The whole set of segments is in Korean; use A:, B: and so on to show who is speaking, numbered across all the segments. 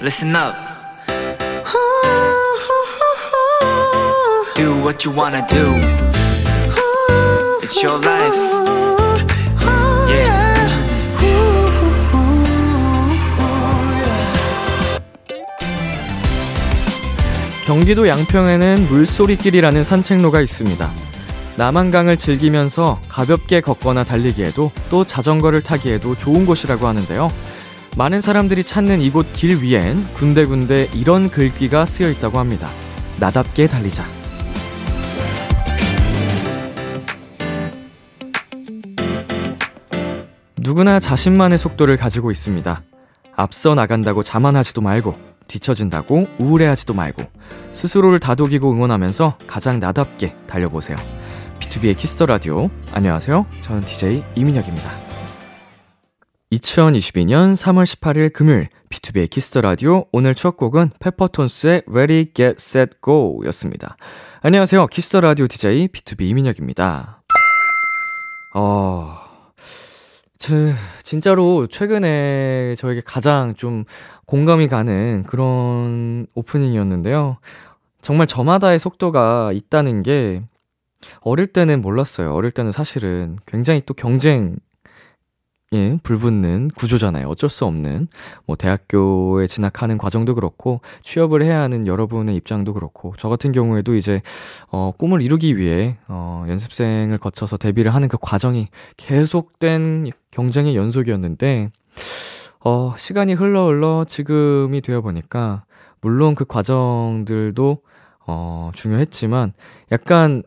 A: listen up. Do what you wanna do. It's your life. Yeah.
B: 경기도 양평에는 물소리길이라는 산책로가 있습니다. 남한강을 즐기면서 가볍게 걷거나 달리기에도 또 자전거를 타기에도 좋은 곳이라고 하는데요. 많은 사람들이 찾는 이곳 길 위엔 군데군데 이런 글귀가 쓰여 있다고 합니다. 나답게 달리자. 누구나 자신만의 속도를 가지고 있습니다. 앞서 나간다고 자만하지도 말고, 뒤처진다고 우울해하지도 말고, 스스로를 다독이고 응원하면서 가장 나답게 달려보세요. B2B의 키스터 라디오. 안녕하세요. 저는 DJ 이민혁입니다. 2022년 3월 18일 금요일 B2B의 키스터 라디오 오늘 첫 곡은 페퍼톤스의 Ready Get Set Go 였습니다. 안녕하세요. 키스터 라디오 DJ B2B 이민혁입니다. 어, 저, 진짜로 최근에 저에게 가장 좀 공감이 가는 그런 오프닝이었는데요. 정말 저마다의 속도가 있다는 게 어릴 때는 몰랐어요. 어릴 때는 사실은 굉장히 또 경쟁 예, 불붙는 구조잖아요. 어쩔 수 없는. 뭐, 대학교에 진학하는 과정도 그렇고, 취업을 해야 하는 여러분의 입장도 그렇고, 저 같은 경우에도 이제, 어, 꿈을 이루기 위해, 어, 연습생을 거쳐서 데뷔를 하는 그 과정이 계속된 경쟁의 연속이었는데, 어, 시간이 흘러 흘러 지금이 되어 보니까, 물론 그 과정들도, 어, 중요했지만, 약간,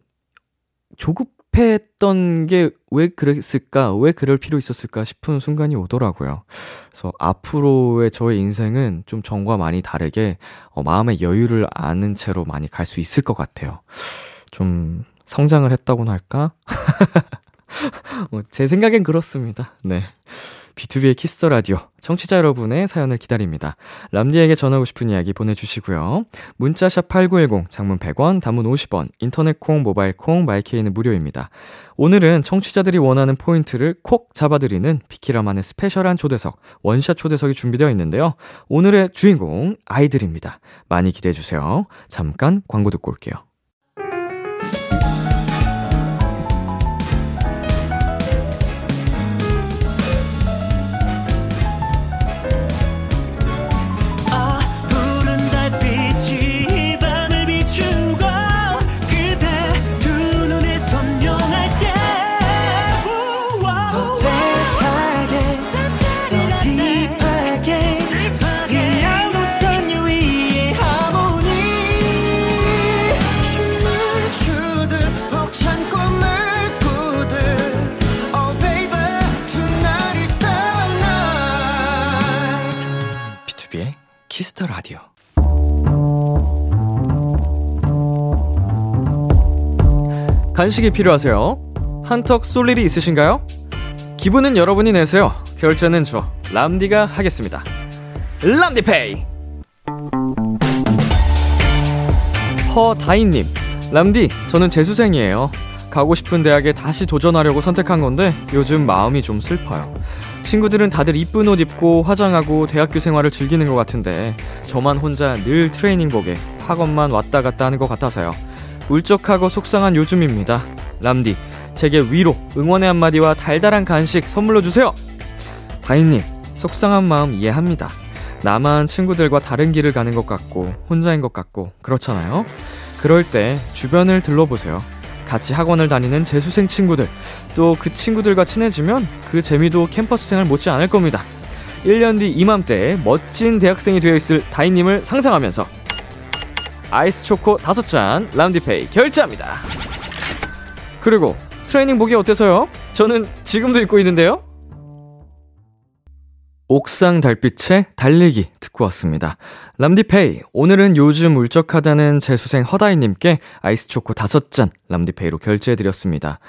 B: 조급했던 게 왜 그랬을까, 왜 그럴 필요 있었을까 싶은 순간이 오더라고요. 그래서 앞으로의 저의 인생은 좀 전과 많이 다르게 어, 마음의 여유를 아는 채로 많이 갈 수 있을 것 같아요. 좀 성장을 했다고나 할까? 어, 제 생각엔 그렇습니다. 네. B2B의 키스터 라디오. 청취자 여러분의 사연을 기다립니다. 람디에게 전하고 싶은 이야기 보내주시고요. 문자샵 8910, 장문 100원, 단문 50원, 인터넷 콩, 모바일 콩, 마이케이는 무료입니다. 오늘은 청취자들이 원하는 포인트를 콕 잡아드리는 비키라만의 스페셜한 초대석, 원샷 초대석이 준비되어 있는데요. 오늘의 주인공, 아이들입니다. 많이 기대해주세요. 잠깐 광고 듣고 올게요.
C: 아 푸른 달빛이 이 밤을 비추고 그대 두 눈에 선명할 때더 재사하게 더 딥하게 이 양도선 유위의 하모니 춤을 추듯 벅찬 꿈을 꾸듯 Oh baby tonight is the night
B: B2B의 키스터 라디오. 간식이 필요하세요? 한턱 쏠 일이 있으신가요? 기분은 여러분이 내세요. 결제는 저 람디가 하겠습니다. 람디페이. 허다인님, 람디, 저는 재수생이에요. 가고 싶은 대학에 다시 도전하려고 선택한 건데 요즘 마음이 좀 슬퍼요. 친구들은 다들 이쁜 옷 입고 화장하고 대학교 생활을 즐기는 것 같은데 저만 혼자 늘 트레이닝복에 학원만 왔다 갔다 하는 것 같아서요. 울적하고 속상한 요즘입니다. 람디, 제게 위로, 응원의 한마디와 달달한 간식 선물로 주세요! 다인님, 속상한 마음 이해합니다. 나만 친구들과 다른 길을 가는 것 같고, 혼자인 것 같고, 그렇잖아요? 그럴 때 주변을 둘러보세요. 같이 학원을 다니는 재수생 친구들, 또 그 친구들과 친해지면 그 재미도 캠퍼스 생활 못지 않을 겁니다. 1년 뒤 이맘때 멋진 대학생이 되어 있을 다인님을 상상하면서 아이스 초코 5잔 람디페이 결제합니다. 그리고 트레이닝복이 어때서요? 저는 지금도 입고 있는데요. 옥상 달빛의 달리기 듣고 왔습니다. 람디페이, 오늘은 요즘 울적하다는 재수생 허다이님께 아이스초코 5잔 람디페이로 결제해드렸습니다.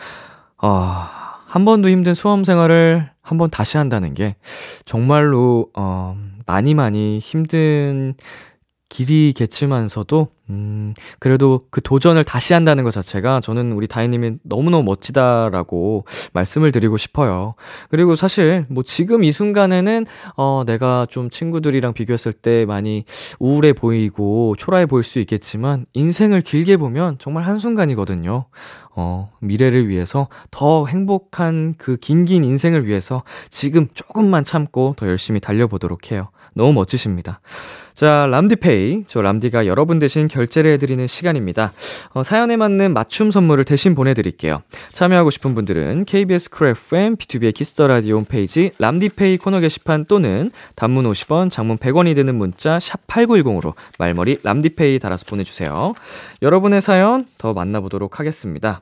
B: 아, 한 번도 힘든 수험 생활을 한 번 다시 한다는 게 정말로, 어, 많이 많이 힘든 길이겠지만서도 음 그래도 그 도전을 다시 한다는 것 자체가 저는 우리 다혜님이 너무너무 멋지다라고 말씀을 드리고 싶어요. 그리고 사실 뭐 지금 이 순간에는 어 내가 좀 친구들이랑 비교했을 때 많이 우울해 보이고 초라해 보일 수 있겠지만 인생을 길게 보면 정말 한 순간이거든요. 어 미래를 위해서 더 행복한 그 긴긴 인생을 위해서 지금 조금만 참고 더 열심히 달려보도록 해요. 너무 멋지십니다. 자, 람디페이. 저 람디가 여러분 대신 결제를 해드리는 시간입니다. 어, 사연에 맞는 맞춤 선물을 대신 보내드릴게요. 참여하고 싶은 분들은 KBS 크 FM, B2B의 키스터 라디오 홈페이지 람디페이 코너 게시판 또는 단문 50원, 장문 100원이 드는 문자 샵 8910으로 말머리 람디페이 달아서 보내주세요. 여러분의 사연 더 만나보도록 하겠습니다.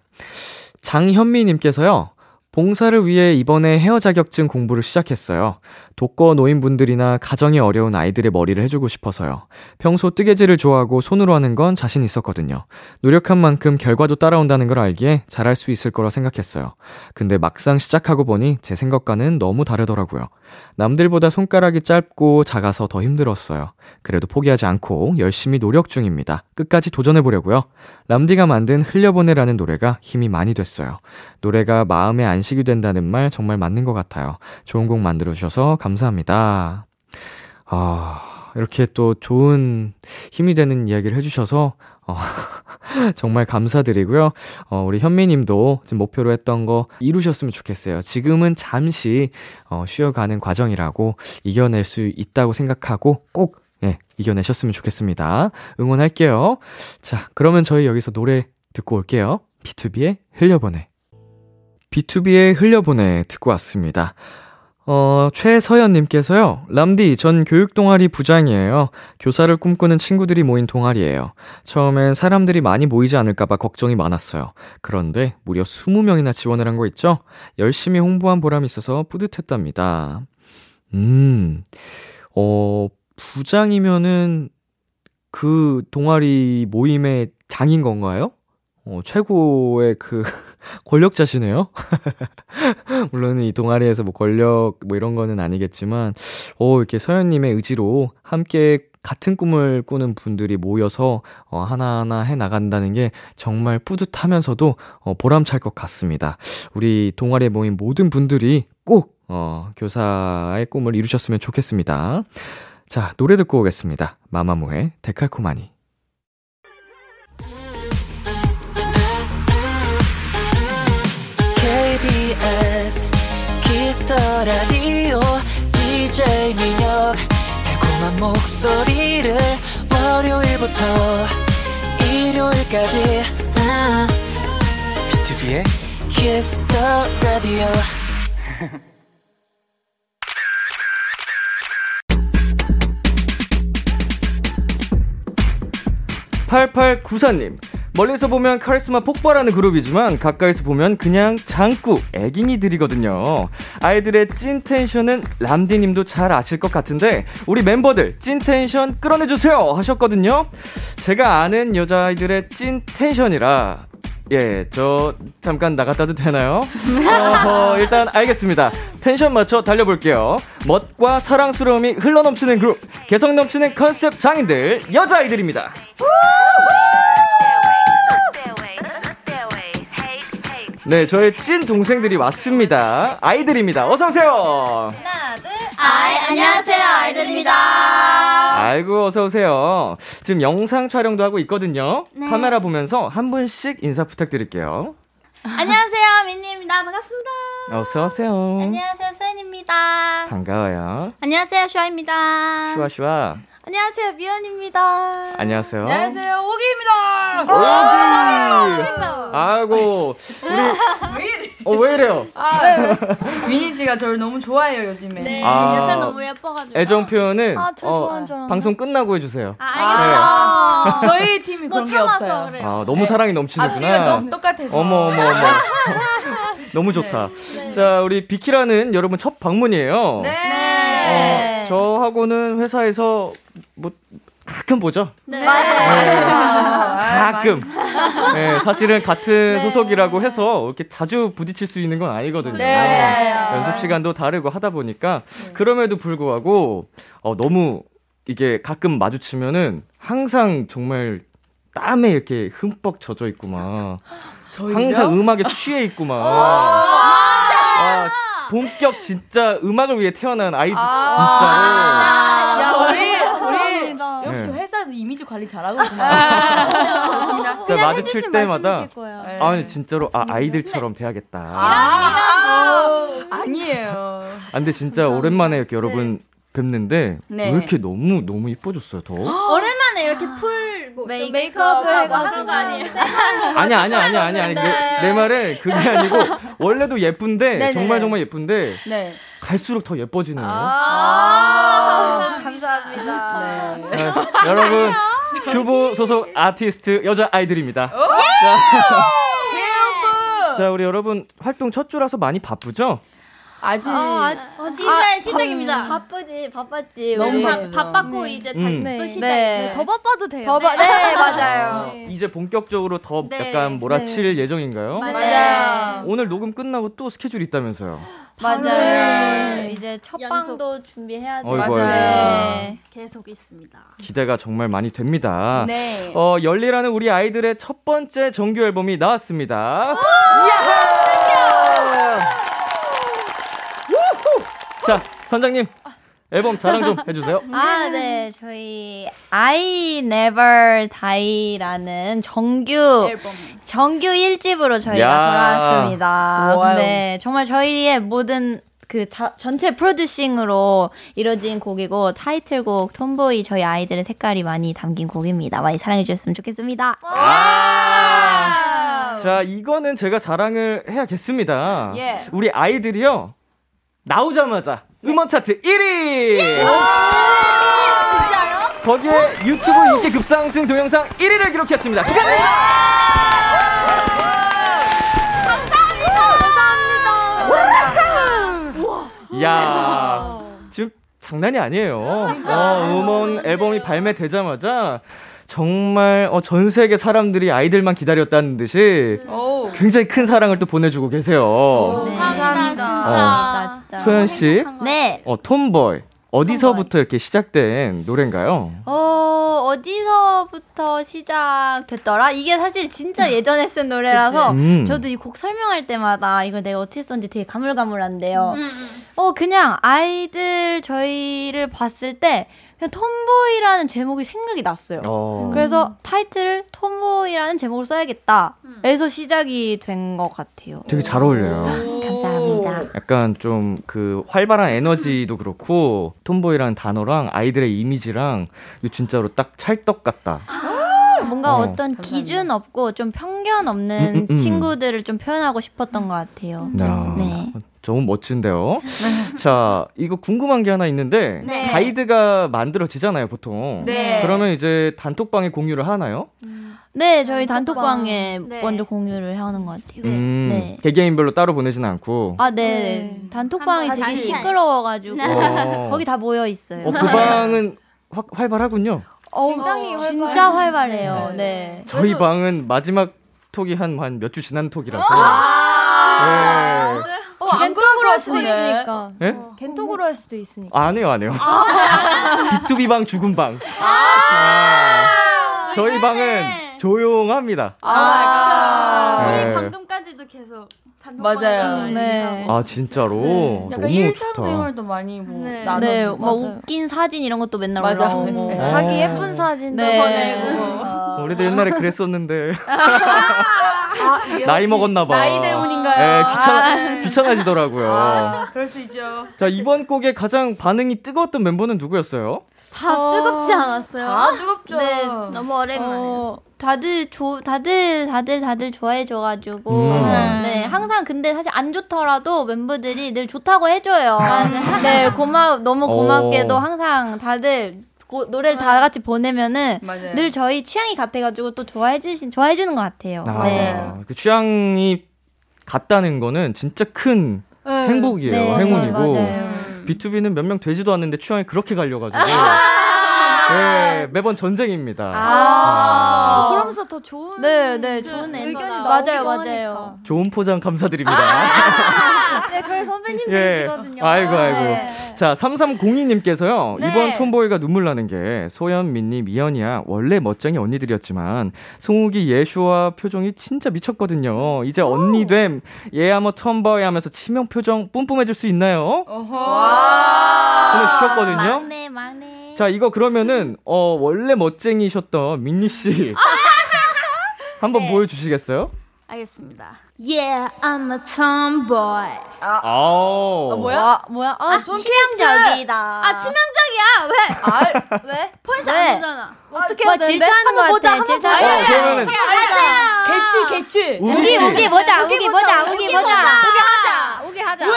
B: 장현미님께서요. 봉사를 위해 이번에 헤어 자격증 공부를 시작했어요. 독거 노인분들이나 가정이 어려운 아이들의 머리를 해주고 싶어서요. 평소 뜨개질을 좋아하고 손으로 하는 건 자신 있었거든요. 노력한 만큼 결과도 따라온다는 걸 알기에 잘할 수 있을 거라 생각했어요. 근데 막상 시작하고 보니 제 생각과는 너무 다르더라고요. 남들보다 손가락이 짧고 작아서 더 힘들었어요. 그래도 포기하지 않고 열심히 노력 중입니다. 끝까지 도전해보려고요. 람디가 만든 흘려보내라는 노래가 힘이 많이 됐어요. 노래가 마음의 안식이 된다는 말 정말 맞는 것 같아요. 좋은 곡 만들어주셔서 감사합니다. 아, 이렇게 또 좋은 힘이 되는 이야기를 해주셔서 어, 정말 감사드리고요. 어, 우리 현미님도 지금 목표로 했던 거 이루셨으면 좋겠어요. 지금은 잠시 어, 쉬어가는 과정이라고 이겨낼 수 있다고 생각하고 꼭 예, 이겨내셨으면 좋겠습니다. 응원할게요. 자, 그러면 저희 여기서 노래 듣고 올게요. B2B의 흘려보내. B2B의 흘려보내 듣고 왔습니다. 어, 최서연님께서요, 람디, 전 교육동아리 부장이에요. 교사를 꿈꾸는 친구들이 모인 동아리예요. 처음엔 사람들이 많이 모이지 않을까봐 걱정이 많았어요. 그런데 무려 20명이나 지원을 한 거 있죠? 열심히 홍보한 보람이 있어서 뿌듯했답니다. 음, 어, 부장이면은 그 동아리 모임의 장인 건가요? 어, 최고의 그 권력자시네요. 물론 이 동아리에서 뭐 권력 뭐 이런 거는 아니겠지만, 어, 이렇게 서현님의 의지로 함께 같은 꿈을 꾸는 분들이 모여서 어, 하나하나 해 나간다는 게 정말 뿌듯하면서도 어, 보람찰 것 같습니다. 우리 동아리에 모인 모든 분들이 꼭 어, 교사의 꿈을 이루셨으면 좋겠습니다. 자, 노래 듣고 오겠습니다. 마마무의 데칼코마니.
C: KBS 키스터 라디오 DJ 민혁 달콤한 목소리를 월요일부터 일요일까지 B2B의 키스터 라디오
B: 팔팔구사님 멀리서 보면 카리스마 폭발하는 그룹이지만 가까이서 보면 그냥 장꾸 애깅이들이거든요. 아이들의 찐 텐션은 람디님도 잘 아실 것 같은데 우리 멤버들 찐 텐션 끌어내주세요 하셨거든요. 제가 아는 여자아이들의 찐 텐션이라 예, 저 잠깐 나갔다도 되나요? 어허, 일단 알겠습니다. 텐션 맞춰 달려볼게요. 멋과 사랑스러움이 흘러넘치는 그룹, 개성 넘치는 컨셉 장인들 여자아이들입니다. 네, 저의 찐 동생들이 왔습니다. 아이들입니다. 어서 오세요.
D: 아이, 안녕하세요. 아이들입니다.
B: 아이고 어서 오세요. 지금 영상 촬영도 하고 있거든요.
D: 네.
B: 카메라 보면서 한 분씩 인사 부탁드릴게요.
D: 안녕하세요. 민니입니다. 반갑습니다.
B: 어서 오세요.
D: 안녕하세요. 소연입니다.
B: 반가워요.
D: 안녕하세요. 슈아입니다.
B: 슈아슈아.
D: 안녕하세요. 미연입니다.
B: 안녕하세요.
E: 네,
D: 오기입니다.
B: 오기! 네. 아이고 우리 어 왜 이래요? 네.
E: 미니 아, 씨가 저를 너무 좋아해요 요즘에.
D: 네,
B: 아,
D: 요새 너무 예뻐가지고.
B: 애정 표현은 어,
F: 아, 저 좋아하는 줄 알았네.
B: 방송 끝나고 해주세요.
D: 아, 네.
E: 아,
D: 알겠어요.
E: 저희 팀이
D: 못
E: 그런 게
D: 참아서 네.
E: 없어요.
D: 그래요.
B: 아 너무 사랑이
E: 앞뒤가
B: 넘치는구나.
E: 너무 똑같아서. 네.
B: 어머 어머 어머. 너무 좋다. 네. 자 우리 비키라는 여러분 첫 방문이에요.
E: 네.
D: 네.
B: 어, 저하고는 회사에서 뭐 가끔 보죠.
D: 네.
E: 아,
B: 가끔. 네, 사실은 같은 소속이라고 해서 이렇게 자주 부딪힐 수 있는 건 아니거든요.
E: 네.
B: 연습 시간도 다르고 하다 보니까 그럼에도 불구하고 어, 너무 이게 가끔 마주치면은 항상 정말 땀에 이렇게 흠뻑 젖어 있고 막 항상 음악에 취해 있고
D: 어,
B: 막 아, 본격 진짜 음악을 위해 태어난 아이들
D: 아,
B: 진짜로
E: 야, 우리 아, 네. 우리
D: 감사합니다.
E: 역시
B: 네.
E: 회사에서 이미지 관리 잘하고구나.
D: 어,
B: 진짜
D: 그냥
B: 마주칠
D: 해주신
B: 때마다
D: 말씀이실 거예요.
E: 네.
B: 아니 진짜로 아 아이들처럼 돼야겠다.
E: 아, 아니에요.
B: 아, 근데 진짜 오랜만에
D: 네.
B: 이렇게 여러분 뵙는데
E: 네.
B: 왜 이렇게 너무 너무 이뻐졌어요 더?
D: 아,
F: 오랜만에 이렇게 풀 뭐,
D: 메이크업
F: 메이크업을 하고
D: 해가지고.
F: 하는 거 아니에요?
B: 아니 아니 아니 아니 아니 내, 내 말은 그게 아니고 원래도 예쁜데
E: 네네.
B: 정말 정말 예쁜데
E: 네.
B: 갈수록 더 예뻐지네요.
D: 아,
E: 아,
F: 감사합니다.
E: 네.
B: 네, 여러분 큐보 소속 아티스트 여자 아이들입니다. 자, 자 우리 여러분 활동 첫 주라서 많이 바쁘죠?
E: 아직
D: 어,
F: 진짜 시작입니다.
G: 아, 음. 바쁘지, 바빴지.
E: 너무
G: 우리.
E: 바-
F: 바, 바빴고 이제 다
B: 음.
F: 또
D: 네.
F: 시작.
G: 네.
D: 더 바빠도 돼요.
G: 더 바- 네, 맞아요.
B: 어, 이제 본격적으로 더
F: 네.
B: 약간 몰아칠 예정인가요?
G: 네,
E: 맞아요.
B: 오늘 녹음 끝나고 또 스케줄이 있다면서요?
G: 맞아요.
E: 네.
G: 이제 첫
F: 연속.
G: 방도 준비해야 네. 돼.
B: 어이구, 어이구.
E: 맞아요.
F: 계속 있습니다.
B: 기대가 정말 많이 됩니다.
E: 네.
B: 어, 열리라는 우리 아이들의 첫 번째 정규 앨범이 나왔습니다. 야호! 우후! 자, 선장님. 앨범 자랑 좀 해주세요.
G: 아, 네. 저희 I Never Die라는
F: 네,
G: 정규
E: 네,
F: 앨범.
G: 정규 1집으로 저희가
B: 야.
G: 돌아왔습니다.
E: 와우.
G: 네. 정말 저희의 모든 그 자- 전체 프로듀싱으로 이루어진 곡이고 타이틀곡 톰보이 저희 아이들의 색깔이 많이 담긴 곡입니다. 많이 사랑해 주셨으면 좋겠습니다.
B: 자, 이거는 제가 자랑을 해야겠습니다.
E: 예.
B: 우리 아이들이요. 나오자마자 음원 차트 1위!
F: 예! 진짜요?
B: 거기에 유튜브 인기 급상승 동영상 1위를 기록했습니다. 축하드립니다! 이야, 지금 장난이 아니에요. 어, 음원
F: 네.
B: 앨범이 발매되자마자 정말 어, 전 세계 사람들이 아이들만 기다렸다는 듯이
E: 오.
B: 굉장히 큰 사랑을 또 보내주고 계세요.
E: 네.
F: 감사합니다.
G: 아,
F: 어, 진짜.
G: 진짜.
B: 소연 씨,
G: 네.
B: 어, 톰보이 어디서부터 이렇게 시작된 노래인가요?
G: 어, 어디서부터 시작됐더라? 이게 사실 진짜 예전에 쓴 노래라서
B: 음. 그치. 음.
G: 저도 이 곡 설명할 때마다 이걸 내가 어떻게 썼는지 되게 가물가물한데요.
B: 음,
G: 어, 그냥 아이들 저희를 봤을 때 그냥 톰보이라는 제목이 생각이 났어요.
B: 어.
G: 그래서 타이틀을 톰보이라는 제목으로 써야겠다. 에서 시작이 된 것 같아요.
B: 음. 되게 잘 어울려요.
G: 감사합니다.
B: 약간 좀 그 활발한 에너지도 그렇고 톰보이라는 단어랑 아이들의 이미지랑 이거 진짜로 딱 찰떡 같다.
G: 뭔가
B: 어.
G: 어, 떤 기준 없고 좀 편견 없는
B: 음, 음, 음.
G: 친구들을 좀 표현하고 싶었던 것 같아요. 네.
B: 너무 멋진데요. 자, 이거 궁금한 게 하나 있는데 가이드가 만들어지잖아요, 보통.
E: 네.
B: 그러면 이제 단톡방에 공유를 하나요?
G: 네, 저희 단톡방에
F: 네.
G: 먼저 공유를 하는 것 같아요.
B: 음,
G: 네.
B: 개개인별로 따로 보내지는 않고.
G: 아, 네. 단톡방이
F: 한번
G: 되게
F: 같이.
G: 시끄러워가지고
B: 어.
G: 거기 다 모여 있어요.
B: 어, 그 방은 확 활발하군요.
G: 굉장히 진짜 활발해요. 네.
B: 저희 방은 마지막 톡이 한 한 몇 주 지난 톡이라서. 네.
E: 어, 안
D: 겐톡으로 할 수도
E: 같은데. 어.
D: 있으니까.
B: 예?
D: 겐톡으로 할 수도 있으니까.
B: 아, 안 해요, 안 해요. B2B 방 죽은 방. 아, 저희 방은 조용합니다.
G: 아,
E: 아,
B: 네.
F: 우리 방금까지도 계속 단독방
E: 맞아요.
G: 네.
B: 아 진짜로
E: 네. 약간
B: 너무 좋다.
E: 일상생활도 많이 뭐
F: 네.
E: 나눠.
G: 네,
E: 주고
G: 막 웃긴 사진 이런 것도 맨날
E: 맞아,
G: 올라오고.
E: 맞아.
B: 아.
D: 자기 예쁜 사진도
G: 네.
D: 보내고.
B: 어, 우리도 옛날에 그랬었는데
E: 혹시
B: 나이 먹었나 봐.
E: 아, 나이 때문인가요?
B: 예, 귀찮아 어. 귀찮아지더라고요.
E: 그럴 수 있죠.
B: 자 이번 곡에 가장 반응이 뜨거웠던 멤버는 누구였어요?
F: 다 뜨겁지 않았어요?
E: 아, 뜨겁죠.
G: 네, 너무 오랜만에.
D: 어,
G: 다들 조, 다들 다들 다들 좋아해줘가지고
B: 음.
G: 네. 항상 근데 사실 안 좋더라도 멤버들이 늘 좋다고 해줘요. 네 고마 너무 고맙게도
B: 어.
G: 항상 다들 고- 노래를 다 같이 보내면은
E: 맞아요.
G: 늘 저희 취향이 같아가지고 또 좋아해주신 좋아해주는 것 같아요. 네.
B: 아, 그 취향이 같다는 거는 진짜 큰
D: 네.
B: 행복이에요.
G: 네,
B: 행운이고
G: 맞아요, 맞아요.
B: B2B는 몇 명 되지도 않는데 취향이 그렇게 갈려가지고 예, 매번 전쟁입니다.
G: 아.
D: 그러면서 더 좋은
G: 네, 네, 좋은
D: 의견이
G: 애가. 맞아요,
D: 나오기도
G: 맞아요.
B: 좋은 포장 감사드립니다.
D: 하니까. 네, 저희
B: 예.
D: 선배님들이시거든요.
B: 아이고 아이고.
G: 네.
B: 자, 3302님께서요.
E: 네.
B: 이번 톰보이가 눈물 나는 게 소연, 민니, 미연이야 원래 멋쟁이 언니들이었지만 송욱이 예슈와 표정이 진짜 미쳤거든요. 이제 언니 됨. 얘 한번 톰보이 하면서 치명 표정 뿜뿜해줄 수 있나요?
E: 어허.
B: 보내주셨거든요.
G: 막내 막내.
B: 자, 이거 그러면은 어 원래 멋쟁이셨던 민니 씨
G: 아!
B: 한번
D: 네.
B: 보여주시겠어요?
F: 알겠습니다. Yeah, I'm a tomboy.
B: 아우.
G: 뭐야? 뭐야? 아, 치명적이다.
F: 아 치명적이야. 왜?
E: 아, 왜?
F: 포인트
G: 왜?
F: 안 오잖아.
E: 어떻게
G: 뭐
E: 해야 되는데?
G: 질투하는 거 같아.
B: 어,
G: 질투하는 거.
B: 그러면은
E: 개취 개취.
G: 우기
B: 씨.
G: 우기 보자. 우기 보자.
F: 우기
G: 우기
F: 보자.
G: 보자.
F: 우기 하자. 우기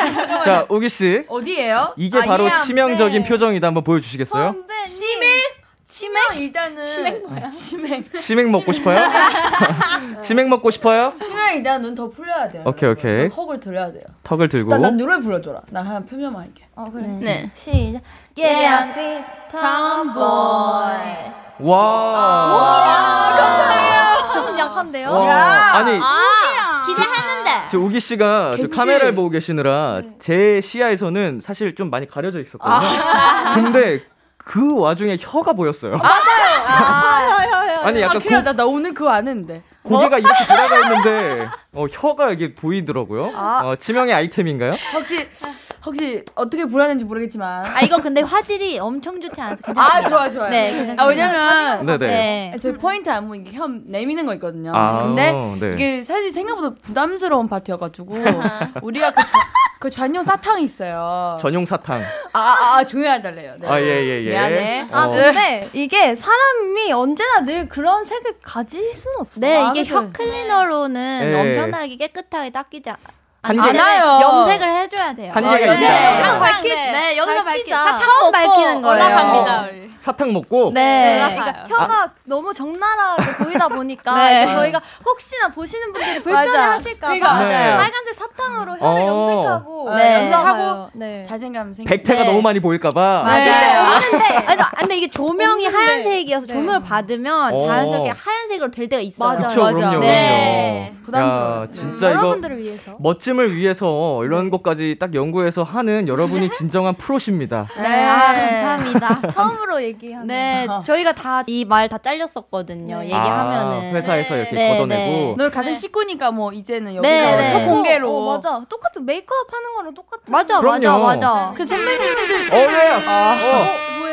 F: 하자.
B: 자, 우기 씨.
E: 어디예요?
B: 이게
E: 아,
B: 바로
E: 이해 안
B: 치명적인
E: 돼.
B: 표정이다. 한번 보여주시겠어요?
F: 선배님.
E: 치명 일단은 치명 뭐야? 치명.
B: 치맥 먹고 싶어요? 치맥 먹고 싶어요?
E: 치명 일단 눈 더 풀려야 돼요.
B: 오케이,
E: 여러분.
B: 오케이.
E: 턱을 들려야 돼요.
B: 턱을 들고.
E: 일단 난 노래 불러줘라. 아, 나 하나 표면만 할게.
D: 어 그래.
F: 네.
D: 시작. Yeah, I'm big
F: tomboy.
B: 와.
D: 좀 약한데요?
B: 와. 아니,
F: 아 기대했는데.
B: 저 우기 씨가 저
E: 개취.
B: 카메라를 보고 계시느라 제 시야에서는 사실 좀 많이 가려져 있었거든요. 근데 그 와중에 혀가 보였어요. 아니
E: 아,
B: 약간
E: 그래 나, 나 오늘 그거 안 했는데. 어?
B: 고, 개가 이렇게 돌아가 있는데 어, 혀가 이게 보이더라고요.
E: 아.
B: 어, 치명의 아이템인가요?
E: 혹시 혹시 어떻게 불안했는지 모르겠지만.
G: 아, 이거 근데 화질이 엄청 좋지 않아서 괜찮아요.
E: 아 좋아 좋아.
G: 네, 괜찮습니다.
E: 아 왜냐면
B: 네네.
G: 네.
E: 저희 포인트 안 보이는 게 현 내미는 거 있거든요.
B: 아,
E: 근데
B: 네.
E: 이게 사실 생각보다 부담스러운 파트여가지고 우리가 그, 좌, 그 전용 사탕이 있어요.
B: 전용 사탕.
E: 아아 아, 조용히 해달래요. 네.
B: 아, 예, 예, 예.
E: 미안해.
B: 아,
D: 아
G: 네.
B: 어.
D: 근데 이게 사람이 언제나 늘 그런 색을 가질 순 없어.
G: 네, 이게
D: 마음에서.
G: 혀 클리너로는
B: 네.
G: 엄청나게 깨끗하게 닦이지 않-
B: 한계-
G: 않아요.
E: 않아요.
G: 염색을 해줘야 돼요.
B: 한계가
E: 아,
B: 있다.
G: 네,
D: 영상 밝히-
G: 네, 여기서 밝히자.
D: 밝히자.
G: 처음 밝히는 거예요.
F: 올라갑니다. 우리.
B: 사탕 먹고
G: 네.
D: 그러니까 혀가 너무 적나라하게 보이다 보니까
E: 네.
D: 이제 저희가 혹시나 보시는 분들이 불편해하실까 봐
E: 그러니까
B: 맞아요.
D: 빨간색 사탕으로 혀를
B: 네. 어.
D: 염색하고
G: 네.
D: 염색하고 네.
E: 자신감 생기.
B: 백태가
G: 네.
B: 너무 많이 보일까봐.
E: 네.
G: 맞아요. 아니, 나- 근데 이게 조명이
D: 없는데.
G: 하얀색이어서
D: 네.
G: 조명을 받으면
B: 어.
G: 자연스럽게 하얀색으로 될 때가 있어요.
E: 맞아.
B: 그쵸,
E: 맞아.
B: 그럼요, 그럼요.
G: 네.
E: 부담스러워요.
B: 야, 진짜 이거
D: 여러분들을 위해서
B: 멋짐을 위해서 이런 것까지 딱 연구해서 하는 여러분이 진정한 프로십니다.
G: 네, 아, 감사합니다.
D: 처음으로 얘기하는
G: 네, 저희가 다 이 말 다 잘렸었거든요.
D: 네.
G: 얘기하면은.
B: 아, 회사에서
F: 네.
B: 이렇게
G: 네,
B: 걷어내고.
E: 널 같은 식구니까 뭐 이제는 여기서
G: 네, 네.
E: 첫 공개로.
D: 어, 맞아 똑같은 메이크업 하는 거랑 똑같은
G: 맞아, 맞아,
B: 그럼요.
G: 맞아.
E: 그 선배님들
B: 어, 예.